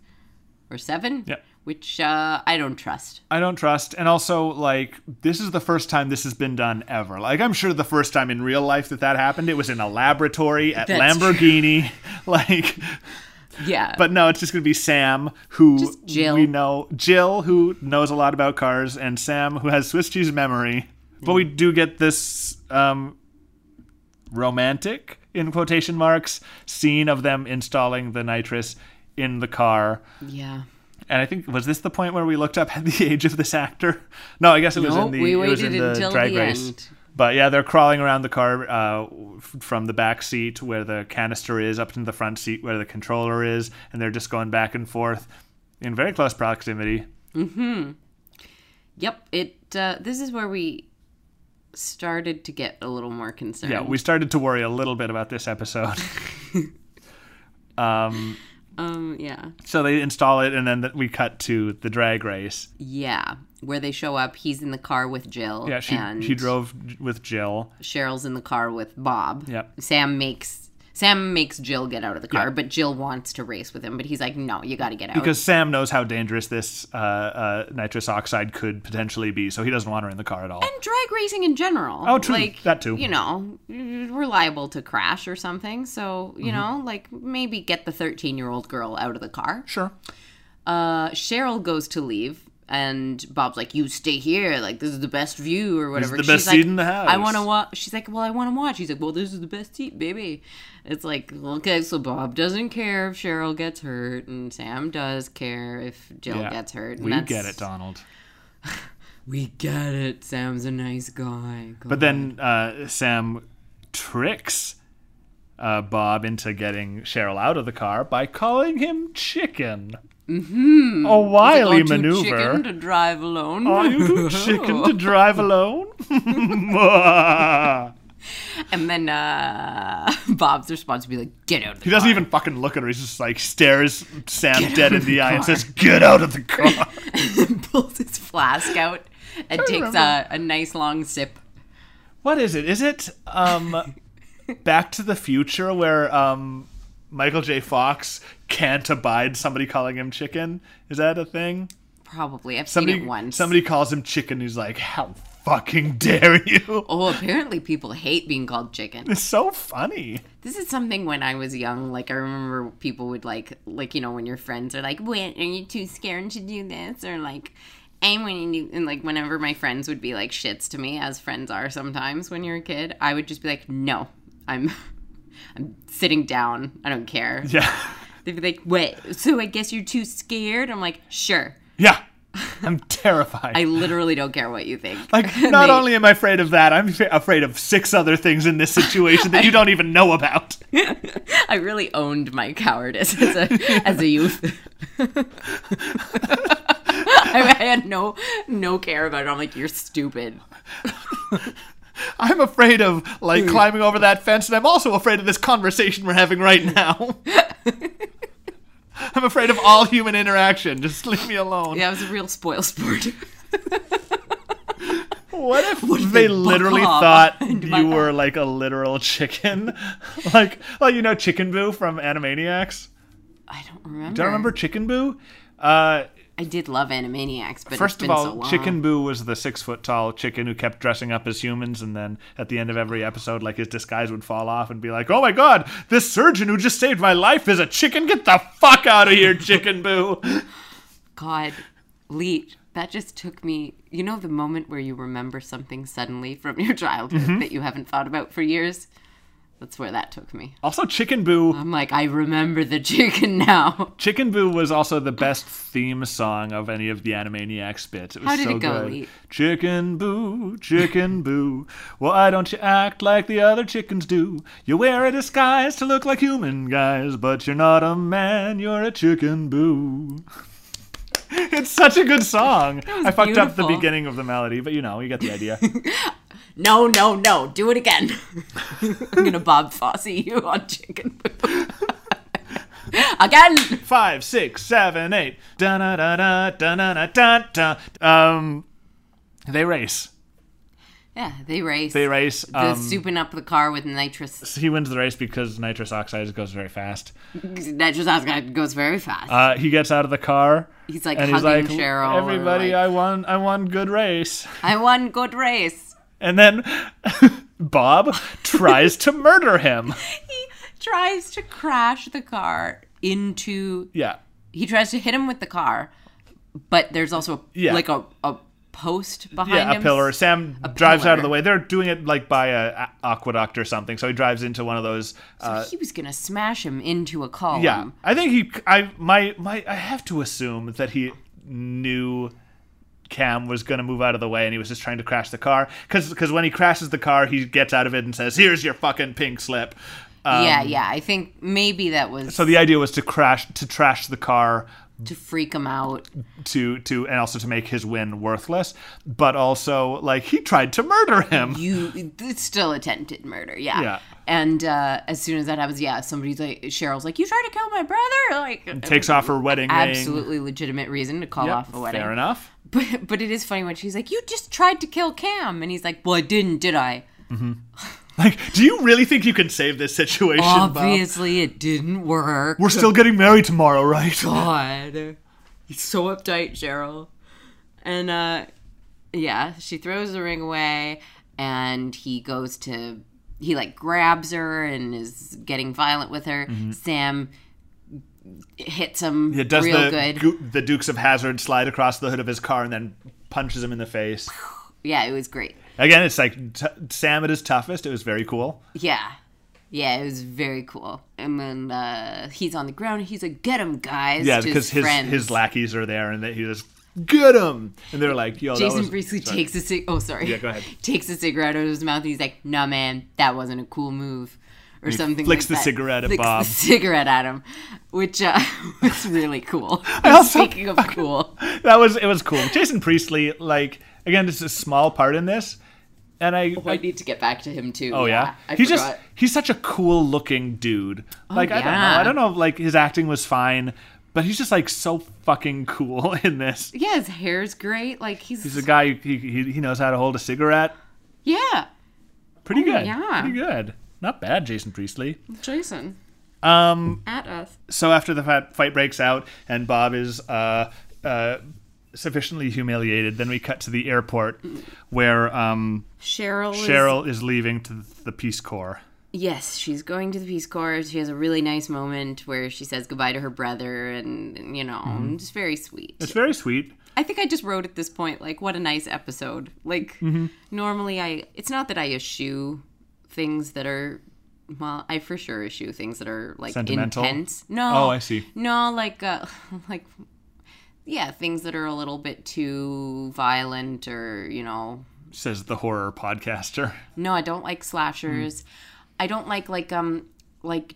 or seven, Yeah. which uh, I don't trust. I don't trust. And also, like, this is the first time this has been done ever. Like, I'm sure the first time in real life that that happened, it was in a laboratory at That's true. Lamborghini. Like, Yeah. but no, it's just going to be Sam, who Just Jill. we know. Jill, who knows a lot about cars, and Sam, who has Swiss cheese memory. But we do get this um, romantic, in quotation marks, scene of them installing the nitrous in the car. yeah. And I think was this the point where we looked up the age of this actor? No, I guess it was Nope, in the we it was waited in the until drag the race. end. But yeah, they're crawling around the car uh, f- from the back seat where the canister is up to the front seat where the controller is, and they're just going back and forth in very close proximity. Yep. It. Uh, this is where we started to get a little more concerned. Yeah, we started to worry a little bit about this episode. um, Um. Yeah. so they install it, and then th- we cut to the drag race. Yeah. Where they show up, he's in the car with Jill. Yeah, she and she drove j- with Jill. Cheryl's in the car with Bob. Yep. Sam makes Sam makes Jill get out of the car, but Jill wants to race with him, but he's like, "No, you got to get out." because Sam knows how dangerous this uh, uh, nitrous oxide could potentially be, so he doesn't want her in the car at all. and drag racing in general. Oh, true. Like, That too. You know, we're liable to crash or something. So, you Mm-hmm. know, like maybe get the 13 year old girl out of the car. Sure. Uh, Cheryl goes to leave, and Bob's like, "You stay here. Like this is the best view or whatever." the best She's like, seat in the house. I want to watch. She's like, "Well, I want to watch." He's like, "Well, this is the best seat, baby." It's like, okay, so Bob doesn't care if Cheryl gets hurt, and Sam does care if Jill Yeah. gets hurt. and We that's- get it, Donald. We get it. Sam's a nice guy. But then uh, Sam tricks uh, Bob into getting Cheryl out of the car by calling him chicken. Mm-hmm. A wily Aren't you maneuver. Oh, chicken to drive alone? Are you too chicken to drive alone? and then uh, Bob's response would be like, "Get out of he the doesn't even fucking look at her. He's just like stares Sam dead in the, eye and says, "Get out of the car." pulls his flask out and takes a, a nice long sip. what is it? Is it um, Back to the Future where um, Michael J. Fox can't abide somebody calling him chicken? Is that a thing? Probably. I've Somebody seen it once. somebody calls him chicken. He's like, how fucking dare you? Oh, apparently people hate being called chicken. It's so funny. This is something when I was young, like I remember people would like like you know when your friends are like, "Wait, are you too scared to do this?" or like I want to do and like whenever my friends would be like shits to me as friends are sometimes when you're a kid, I would just be like, "No. I'm I'm sitting down. I don't care." Yeah, They'd be like, "Wait, so I guess you're too scared?" I'm like, "Sure." yeah. I'm terrified. I literally don't care what you think. like, not They- only am I afraid of that, I'm fa- afraid of six other things in this situation that you don't even know about. I really owned my cowardice as a as a youth. I, I had no no care about it. I'm like, you're stupid. I'm afraid of Hmm. like climbing over that fence, and I'm also afraid of this conversation we're having right now. I'm afraid of all human interaction. Just leave me alone. Yeah, I was a real spoil sport. What if they they literally buck up thought into my you were like a literal chicken? like, oh, you know Chicken Boo from Animaniacs? I don't remember. Do you remember Chicken Boo? Uh, I did love Animaniacs, but first it's been of all, so long. Chicken Boo was the six foot tall chicken who kept dressing up as humans, and then at the end of every episode, like his disguise would fall off and be like, "Oh my god, this surgeon who just saved my life is a chicken! Get the fuck out of here, Chicken Boo!" God, Leet, that just took me. You know the Mm-hmm. moment where you remember something suddenly from your childhood that you haven't thought about for years. That's where that took me. Also, Chicken Boo. I'm like, I remember the chicken now. Chicken Boo was also the best theme song of any of the Animaniacs bits. It was How did so it go, good. Lee? Chicken Boo, Chicken Boo. Why don't you act like the other chickens do? You wear a disguise to look like human guys, but you're not a man. You're a Chicken Boo. It's such a good song. I fucked up the beautiful. beginning of the melody, but you know, you get the idea. No, no, no. Do it again. I'm gonna Bob Fosse you on chicken poop. again. Five, six, seven, eight. Da da da da da da da da. Um, they race. Yeah, they race. They race. They're Um, souping up the car with nitrous. he wins the race because nitrous oxide goes very fast. Nitrous oxide goes very fast. Uh, he gets out of the car. He's, like, and hugging he's like, Cheryl or, Everybody, like- I won. I won. Good race. I won good race. And then Bob tries to murder him. He tries to crash the car into. Yeah. He tries to hit him with the car, but there's also Yeah. like a, a post behind Yeah, him. a pillar. Sam drives out of pillar. the way. They're doing it like by a, a- aqueduct or something. So he drives into one of those. Uh, he was gonna smash him into a column. yeah, I think he. I my my. I have to assume that he knew Cam was going to move out of the way, and he was just trying to crash the car. Because when he crashes the car, he gets out of it and says, "Here's your fucking pink slip." Uh, yeah, yeah. I think maybe that was um, So the idea was to crash to trash the car to freak him out. to to and also to make his win worthless, but also like he tried to murder him. You it's still attempted murder, yeah. Yeah. And uh, as soon as that happens, yeah, somebody's like Cheryl's like, "You tried to kill my brother!" Like, Takes off her wedding ring. absolutely legitimate reason to call Yep, off a wedding. Fair enough. But but it is funny when she's like, "You just tried to kill Cam," and he's like, "Well, I didn't, did I?" Like, do you really think you can save this situation, Bob? Obviously, it didn't work. We're still getting married tomorrow, right? God. He's so uptight, Cheryl. And uh yeah, she throws the ring away and he goes to he like grabs her and is getting violent with her. Sam hits him It Mm-hmm. does real the good. gu- the Dukes of Hazard slide across the hood of his car and then punches him in the face. yeah, it was great. Again, it's like t- Sam at his toughest. It was very cool. Yeah. Yeah, it was very cool. And then uh, he's on the ground. He's like, "Get him, guys!" Yeah, to because his friends. his lackeys are there and that he just get him, and they're like, "Yo, that Jason was, Priestley sorry. takes a cig- oh sorry Yeah, go ahead. takes a cigarette out of his mouth. And he's like, "Nah, man, that wasn't a cool move," or something. flicks like the that. cigarette at flicks Bob. The cigarette at him, which uh, was really cool. also- Speaking of cool, That was it was cool. Jason Priestley, like again, it's a small part in this, and I. I need to get back to him too. Oh yeah, I he's forgot. Oh, just he's such a cool looking dude. like I don't know, yeah. I don't know. if, Like his acting was fine, but he's just like so fucking cool in this. yeah, his hair's great. Like he's, He's a guy who he, he, he knows how to hold a cigarette. yeah, Pretty good. Oh, yeah. Pretty good. Not bad, Jason Priestley. Jason Um, at us. so after the fa- fight breaks out and Bob is uh, uh, sufficiently humiliated, then we cut to the airport where um, Cheryl. is- Cheryl is leaving to the Peace Corps. Yes, she's going to the Peace Corps. She has a really nice moment where she says goodbye to her brother, and you know, it's very sweet. Mm-hmm. It's very sweet. I think I just wrote at this point, like, what a nice episode. Like, Mm-hmm. normally I, it's not that I eschew things that are, well, I for sure eschew things that are like Sentimental? intense. No, Oh, I see. No, like, uh, like, yeah, things that are a little bit too violent or you know, Says the horror podcaster. no, I don't like Mm. slashers. I don't like like um like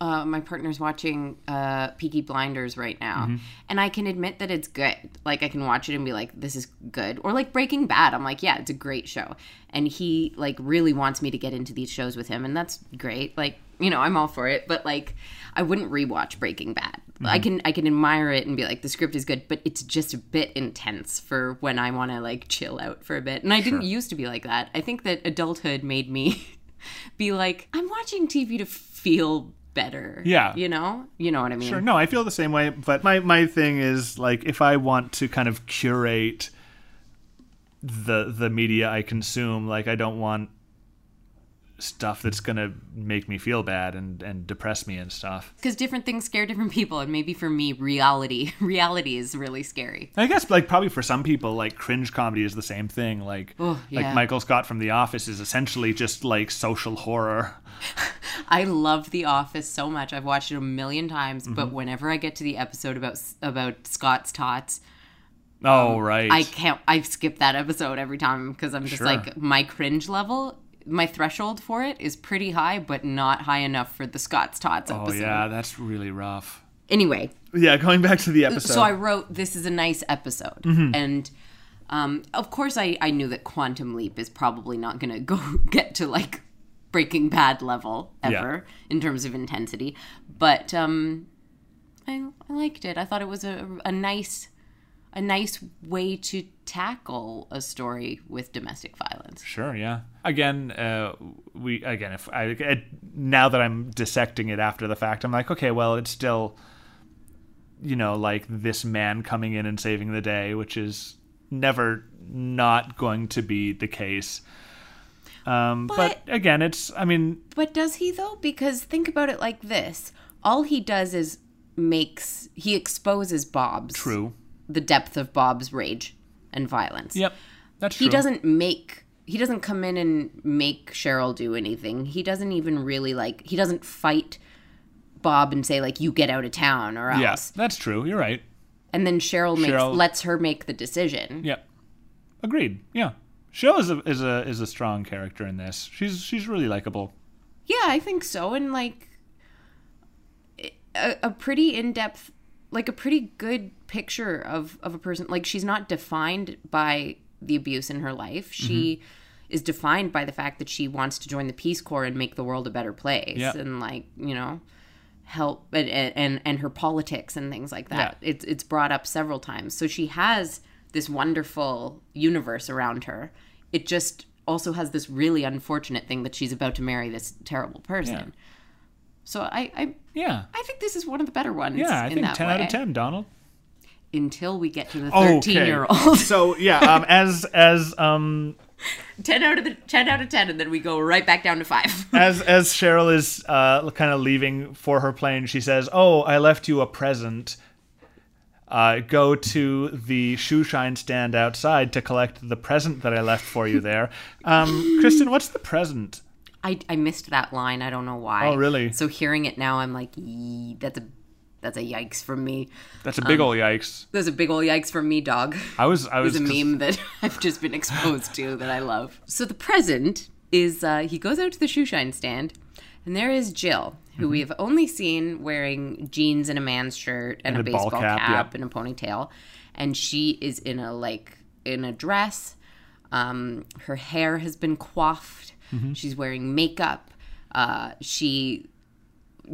uh, my partner's watching uh, Peaky Blinders right now, and I can admit that it's good. Like I can watch it and be like, "This is good," or like Breaking Bad. I'm like, "Yeah, it's a great show," and he like really wants me to get into these shows with him, and that's great. Like you know, I'm all for it, but like I wouldn't rewatch Breaking Bad. I can I can admire it and be like, "The script is good," but it's just a bit intense for when I want to like chill out for a bit. And I didn't used to be like that. I think that adulthood made me be like, I'm watching TV to feel better. Yeah. You know? You know what I mean? Sure, no, I feel the same way. But my my thing is like if I want to kind of curate the the media I consume, like I don't want stuff that's gonna make me feel bad and and depress me and stuff. Because different things scare different people, and maybe for me, reality reality is really scary. I guess like probably for some people, like cringe comedy is the same thing. Like Oh, yeah. like Michael Scott from The Office is essentially just like social horror. I love The Office so much. I've watched it a million times, Mm-hmm. but whenever I get to the episode about about Scott's tots, Oh right. Um, I can't. I skip that episode every time because I'm just Sure. like my cringe level, my threshold for it is pretty high, but not high enough for the Scott's tots oh episode. yeah, that's really rough. Anyway, Yeah, going back to the episode. Uh, Mm-hmm. so I wrote this is a nice episode, and um, of course I I knew that Quantum Leap is probably not going to go get to like Breaking Bad level Yeah. ever in terms of intensity, but um, I I liked it. I thought it was a a nice a nice way to tackle a story with domestic violence. Sure. Yeah. Again, uh, we again. If I, I now that I'm dissecting it after the fact, I'm like, okay, well, it's still, you know, like this man coming in and saving the day, which is never not going to be the case. Um, but, again, it's. I mean, But does he though? Because think about it like this: all he does is makes he exposes Bob's true. the depth of Bob's rage and violence. Yep. That's true. He doesn't make he doesn't come in and make Cheryl do anything. He doesn't even really like he doesn't fight Bob and say like you get out of town or else. Yeah, that's true. You're right. And then Cheryl makes Cheryl- lets her make the decision. Yeah. Agreed. Yeah. Cheryl is a is a is a strong character in this. She's she's really likable. Yeah, I think so. And like a, a pretty in depth, like a pretty good picture of of a person. Like she's not defined by the abuse in her life. She is defined by the fact that she wants to join the Peace Corps and make the world a better place. Yeah. And like you know help and and and her politics and things like that. It's it's brought up several times. So she has this wonderful universe around her. It just also has this really unfortunate thing that she's about to marry this terrible person. So I, I Yeah. I think this is one of the better ones. Yeah, I in think that 10 out way. of 10, Donald. Until we get to the Okay. thirteen year old. So, yeah, um as as um ten out of the ten out of ten, and then we go right back down to five. as as Cheryl is uh kind of leaving for her plane, she says, "Oh, I left you a present. Uh go to the shoe shine stand outside to collect the present that I left for you there." Um Kristen, what's the present? I, I missed that line. I don't know why. Oh, really? So hearing it now, I'm like, "Yee, that's a that's a yikes from me. That's a big ol' yikes. There's a big ol' yikes from me, dog. I was I was It's a just- meme that I've just been exposed to that I love. So the present is uh, he goes out to the shoeshine stand, and there is Jill, who Mm-hmm. we have only seen wearing jeans and a man's shirt and, And a a ball baseball cap, cap, and a ponytail, and she is in a like in a dress. Um, her hair has been coiffed. Mm-hmm. She's wearing makeup. Uh, she,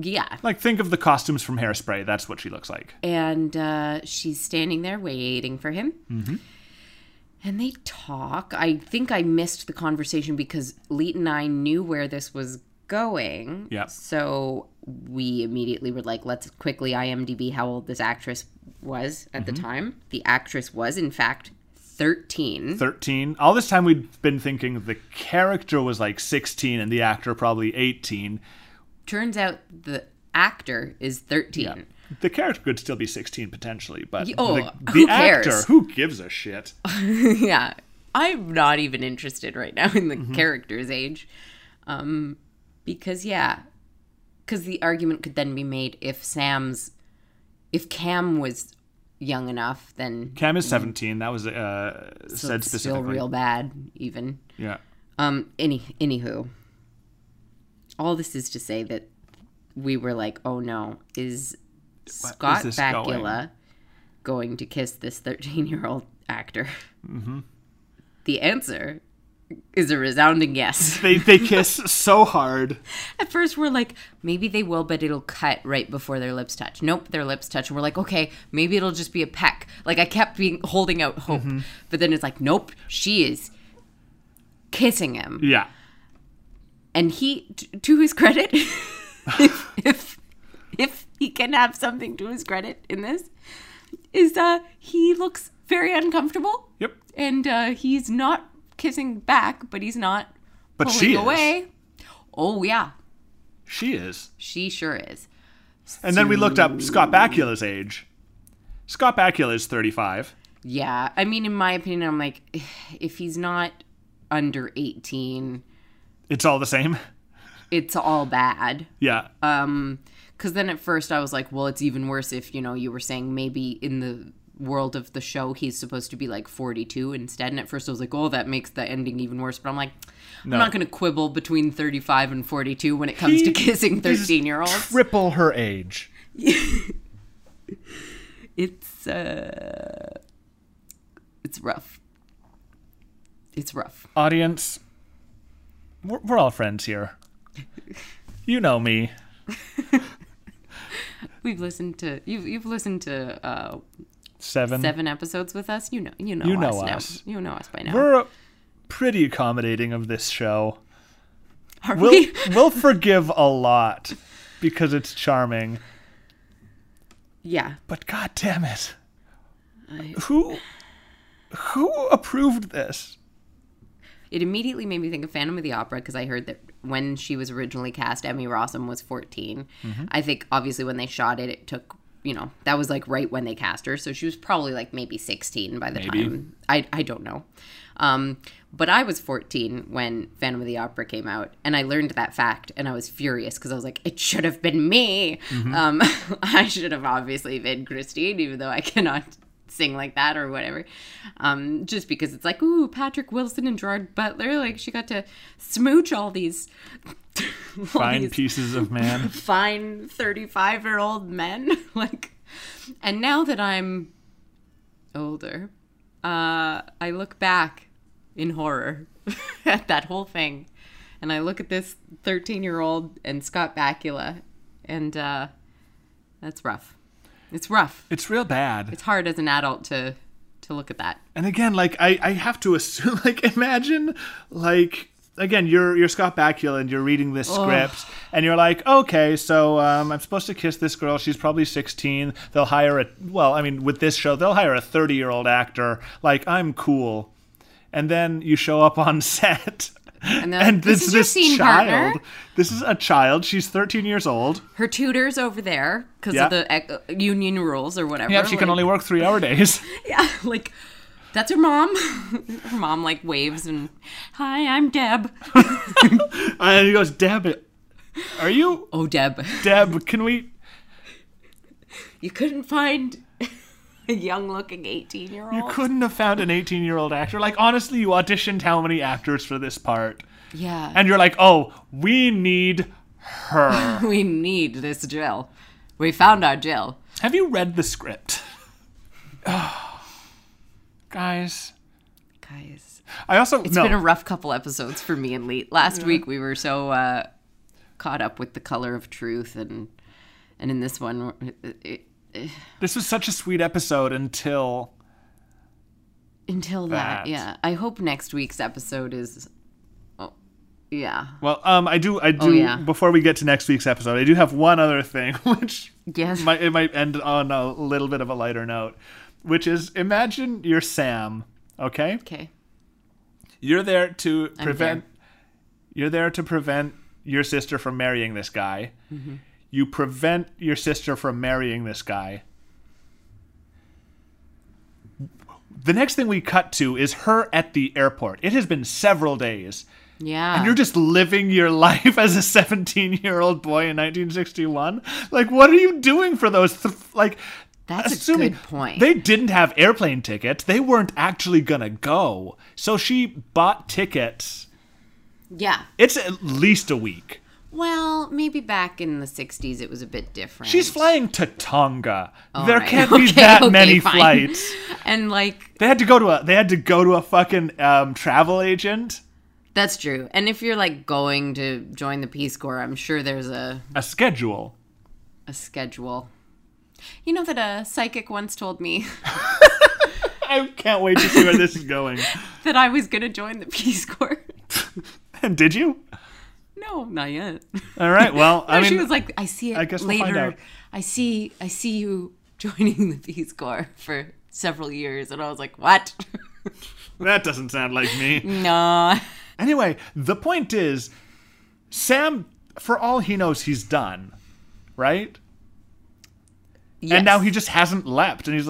yeah, Like think of the costumes from Hairspray. That's what she looks like. and uh, she's standing there waiting for him. And they talk. I think I missed the conversation because Leet and I knew where this was going. Yeah. So we immediately were like, let's quickly IMDb how old this actress was at the time. The actress was, in fact, 13. 13. All this time we'd been thinking the character was like 16 and the actor probably 18. Turns out the actor is 13. The character could still be 16 potentially, but oh, the, the who actor, cares? who gives a shit? yeah i'm not even interested right now in the Mm-hmm. character's age um because yeah because the argument could then be made if sam's if cam was young enough then Cam is 17. That was uh, said Mm. it's still specifically. real bad even Yeah. um any anywho all this is to say that we were like oh no is scott this bakula going? to kiss this 13 year old actor the answer is a resounding yes They, they kiss so hard. at first we're like maybe they will but it'll cut right before their lips touch nope their lips touch and we're like okay maybe it'll just be a peck like i kept being holding out hope but then it's like nope she is kissing him Yeah. and he t- to his credit if, if if he can have something to his credit in this is uh he looks very uncomfortable Yep. and uh he's not kissing back but he's not But pulling she is. away Oh, yeah. She is. She sure is. And then we looked up Scott Bakula's age. Scott Bakula is 35. Yeah. I mean, in my opinion, I'm like, if he's not under 18, It's all the same. it's all bad. Yeah. Um, because then at first I was like, well, it's even worse if you know you were saying maybe in the world of the show he's supposed to be like 42 instead. And at first I was like, oh, that makes the ending even worse. But I'm like, I'm not going to quibble between 35 and 42 when it comes to He kissing 13 year olds. Triple her age. it's uh, it's rough. It's rough. Audience, we're, we're all friends here. You know me. We've listened to you've you've listened to uh, Seven. seven episodes with us. You know you know Um, You us know now. us. You know us by now. We're pretty accommodating of this show. Are We'll, we? we'll forgive a lot because it's charming. Yeah. But god damn it. Who who approved this? It immediately made me think of Phantom of the Opera because I heard that when she was originally cast, Emmy Rossum was 14. I think obviously when they shot it, it took, you know, that was like right when they cast her. So she was probably like maybe 16 by the time. I, I don't know. Um, but I was 14 when Phantom of the Opera came out, and I learned that fact, and I was furious because I was like, it should have been me. Um, I should have obviously been Christine, even though I cannot sing like that or whatever. Um, just because it's like, ooh, Patrick Wilson and Gerard Butler, like she got to smooch all these all Fine these pieces of man. fine 35 year old men. like, and now that I'm older, uh, I look back in horror at that whole thing. And I look at this 13 year old and Scott Bakula, and uh, that's rough. It's rough. It's real bad. It's hard as an adult to to look at that. And again, like I, I have to assume like imagine like again, you're you're Scott Bakula and you're reading this script and you're like, okay, so um, I'm supposed to kiss this girl, she's probably sixteen. They'll hire a well, I mean, with this show, they'll hire a thirty year old actor, like I'm cool. And then you show up on set And, then and this, this, is your scene child. partner. This is a child. She's 13 years old. Her tutor's over there because Yeah. of the ec- uh, union rules or whatever. Yeah, she can like- only work three hour days. Yeah, like that's her mom. her mom like waves and hi, I'm Deb. and he goes, Deb, are you? Oh, Deb, Deb, can we? you couldn't find a young-looking You eighteen-year-old. couldn't have found an 18 year old actor. Like, honestly, you auditioned how many actors for this part? Yeah, And you're like, oh, we need her. we need this Jill. We found our Jill. have you read the script? Guys. Guys, I also. it's no. been a rough couple episodes for me and Lee. Last week we were so uh, caught up with the color of truth, and and in this one, it, it, this was such a sweet episode until. until that, That. yeah. I hope next week's episode is, oh, yeah, Well, um, I do, I do. Oh, yeah. Before we get to next week's episode, I do have one other thing, which yes. might it might end on a little bit of a lighter note, which is imagine you're Sam, okay? okay. You're there to I'm prevent. You're there to prevent your sister from marrying this guy. You prevent your sister from marrying this guy. The next thing we cut to is her at the airport. It has been several days. Yeah. And you're just living your life as a 17 year old boy in 1961. Like, what are you doing for those? Th- like, That's a assuming good point. They didn't have airplane tickets. They weren't actually gonna go. So she bought tickets. yeah. It's at least a week. Well, maybe back in the 60s it was a bit different. She's flying to Tonga. there right. can't be Okay, that okay, many fine. flights. And like They had to go to a. They had to go to a fucking um, travel agent. that's true. And if you're like going to join the Peace Corps, I'm sure there's a A schedule. a schedule. You know that a psychic once told me I can't wait to see where this is going. that I was going to join the Peace Corps. And did you? No, not yet. All right. Well, I mean, she was like, I see it I guess we'll later. find out." I see I see you joining the Peace Corps for several years and I was like, "What?" That doesn't sound like me. no. Anyway, the point is Sam, for all he knows, he's done, right? Yes. And now he just hasn't leapt, and he's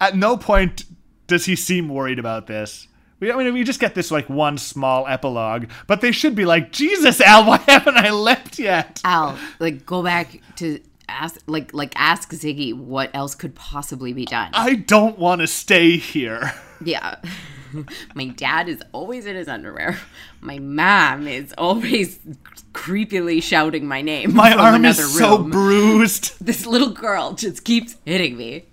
at no point does he seem worried about this. We, I mean, we just get this like one small epilogue, but they should be like, Jesus, Al, why haven't I leapt yet? Al, like go back to ask like like ask Ziggy what else could possibly be done. I don't want to stay here. yeah. My dad is always in his underwear. My mom is always creepily shouting my name. My from arm is another so room. bruised. this little girl just keeps hitting me.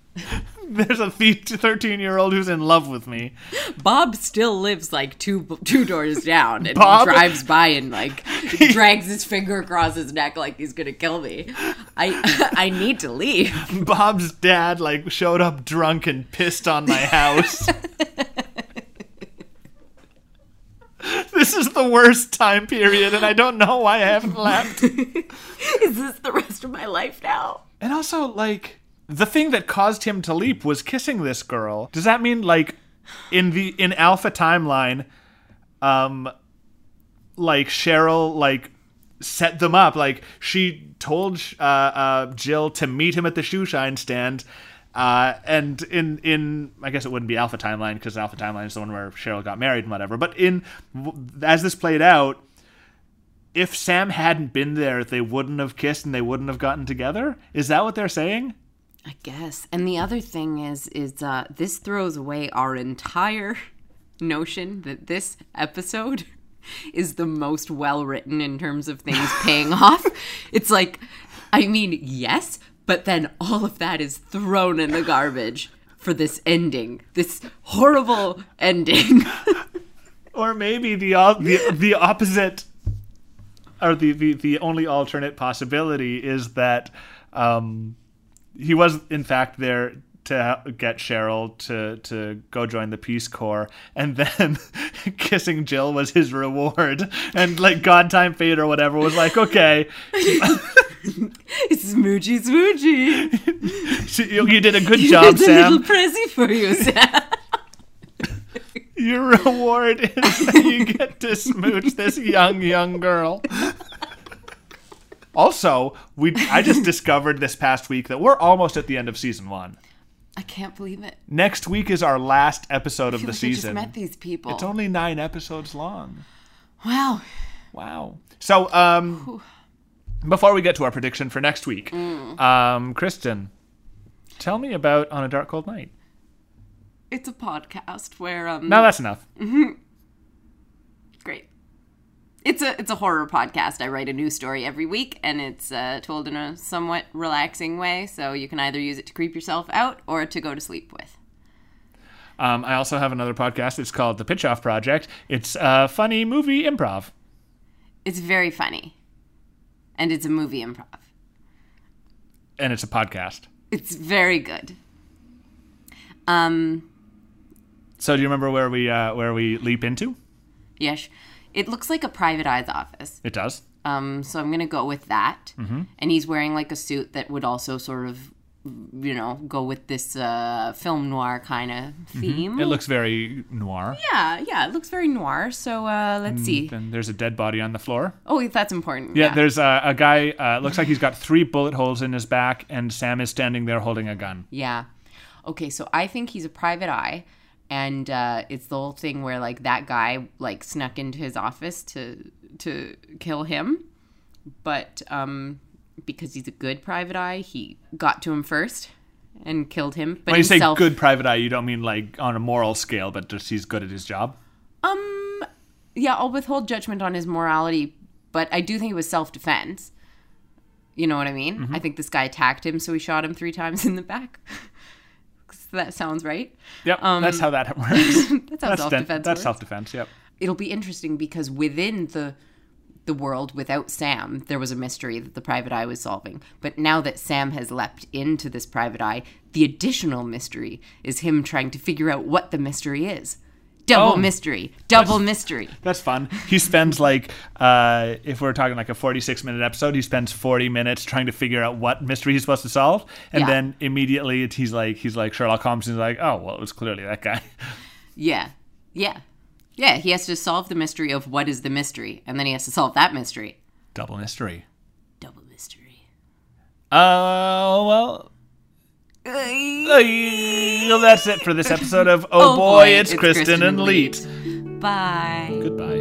There's a 13 year old who's in love with me. Bob still lives like two two doors down, and Bob? he drives by and like drags his finger across his neck like he's gonna kill me. I I need to leave. Bob's dad like showed up drunk and pissed on my house. this is the worst time period, and I don't know why I haven't left. Is this the rest of my life now? And also, like, the thing that caused him to leap was kissing this girl. Does that mean like in the in Alpha timeline, um, like Cheryl like set them up? Like she told uh, uh, Jill to meet him at the shoe shine stand. Uh, and in in I guess it wouldn't be Alpha timeline because Alpha timeline is the one where Cheryl got married and whatever. But in as this played out, if Sam hadn't been there, they wouldn't have kissed and they wouldn't have gotten together? Is that what they're saying? I guess. And the other thing is, is uh, this throws away our entire notion that this episode is the most well written in terms of things paying off. It's like, I mean, yes, but then all of that is thrown in the garbage for this ending, this horrible ending. Or maybe the o- the, the opposite or the, the the only alternate possibility is that um, he was in fact there to ha- get Cheryl to to go join the Peace Corps and then kissing Jill was his reward and like God Time Fate or whatever was like okay it's smoochy, smoochy. so you, you did a good It's job a Sam little pressy for you, Sam. Your reward is that you get to smooch this young, young girl. Also, we I just discovered this past week that we're almost at the end of season one. I can't believe it. Next week is our last episode I of feel the like I just season. met these people. It's only nine episodes long. wow. Wow. So, um, before we get to our prediction for next week, Mm. um, Kristen, tell me about On a Dark Cold Night. It's a podcast where um Now that's enough. great. It's a it's a horror podcast. I write a new story every week and it's uh, told in a somewhat relaxing way, so you can either use it to creep yourself out or to go to sleep with. Um, I also have another podcast. It's called The Pitch Off Project. It's uh, funny movie improv. It's very funny. And it's a movie improv. and it's a podcast. It's very good. Um So do you remember where we uh, where we leap into? yes. It looks like a private eye's office. It does. Um, so I'm gonna go with that. Mm-hmm. And he's wearing like a suit that would also sort of, you know, go with this uh, film noir kind of theme. Mm-hmm. It looks very noir. yeah, yeah, it looks very noir. So uh, let's see. And there's a dead body on the floor. Oh, that's important. Mm, Yeah, there's a, a guy. Uh, looks like he's got three bullet holes in his back, and Sam is standing there holding a gun. Yeah. Okay, so I think he's a private eye, and uh, it's the whole thing where like that guy like snuck into his office to to kill him, but um, because he's a good private eye, he got to him first and killed him. But When you say himself- good private eye, you don't mean like on a moral scale, but just he's good at his job. Um, yeah, I'll withhold judgment on his morality, but I do think it was self defense. You know what I mean? Mm-hmm. I think this guy attacked him, so he shot him three times in the back. 'Cause that sounds right. Yep, that's how that works. That's how self de- defense That's Um, works. self defense. Yep. It'll be interesting because within the the world without Sam, there was a mystery that the private eye was solving. But now that Sam has leapt into this private eye, the additional mystery is him trying to figure out what the mystery is. Double Oh. mystery. Double mystery. That's fun. He spends like, uh, if we're talking like a 46 minute episode, he spends 40 minutes trying to figure out what mystery he's supposed to solve, and Yeah. then immediately it's, he's like, he's like Sherlock Holmes, and he's like, oh well, it was clearly that guy. Yeah. Yeah. Yeah. He has to solve the mystery of what is the mystery, and then he has to solve that mystery. Double mystery. Double mystery. Uh, well, Oh, Oh, uh, that's it for this episode of Oh, boy, it's, Kristen, and Leet. Bye. Goodbye.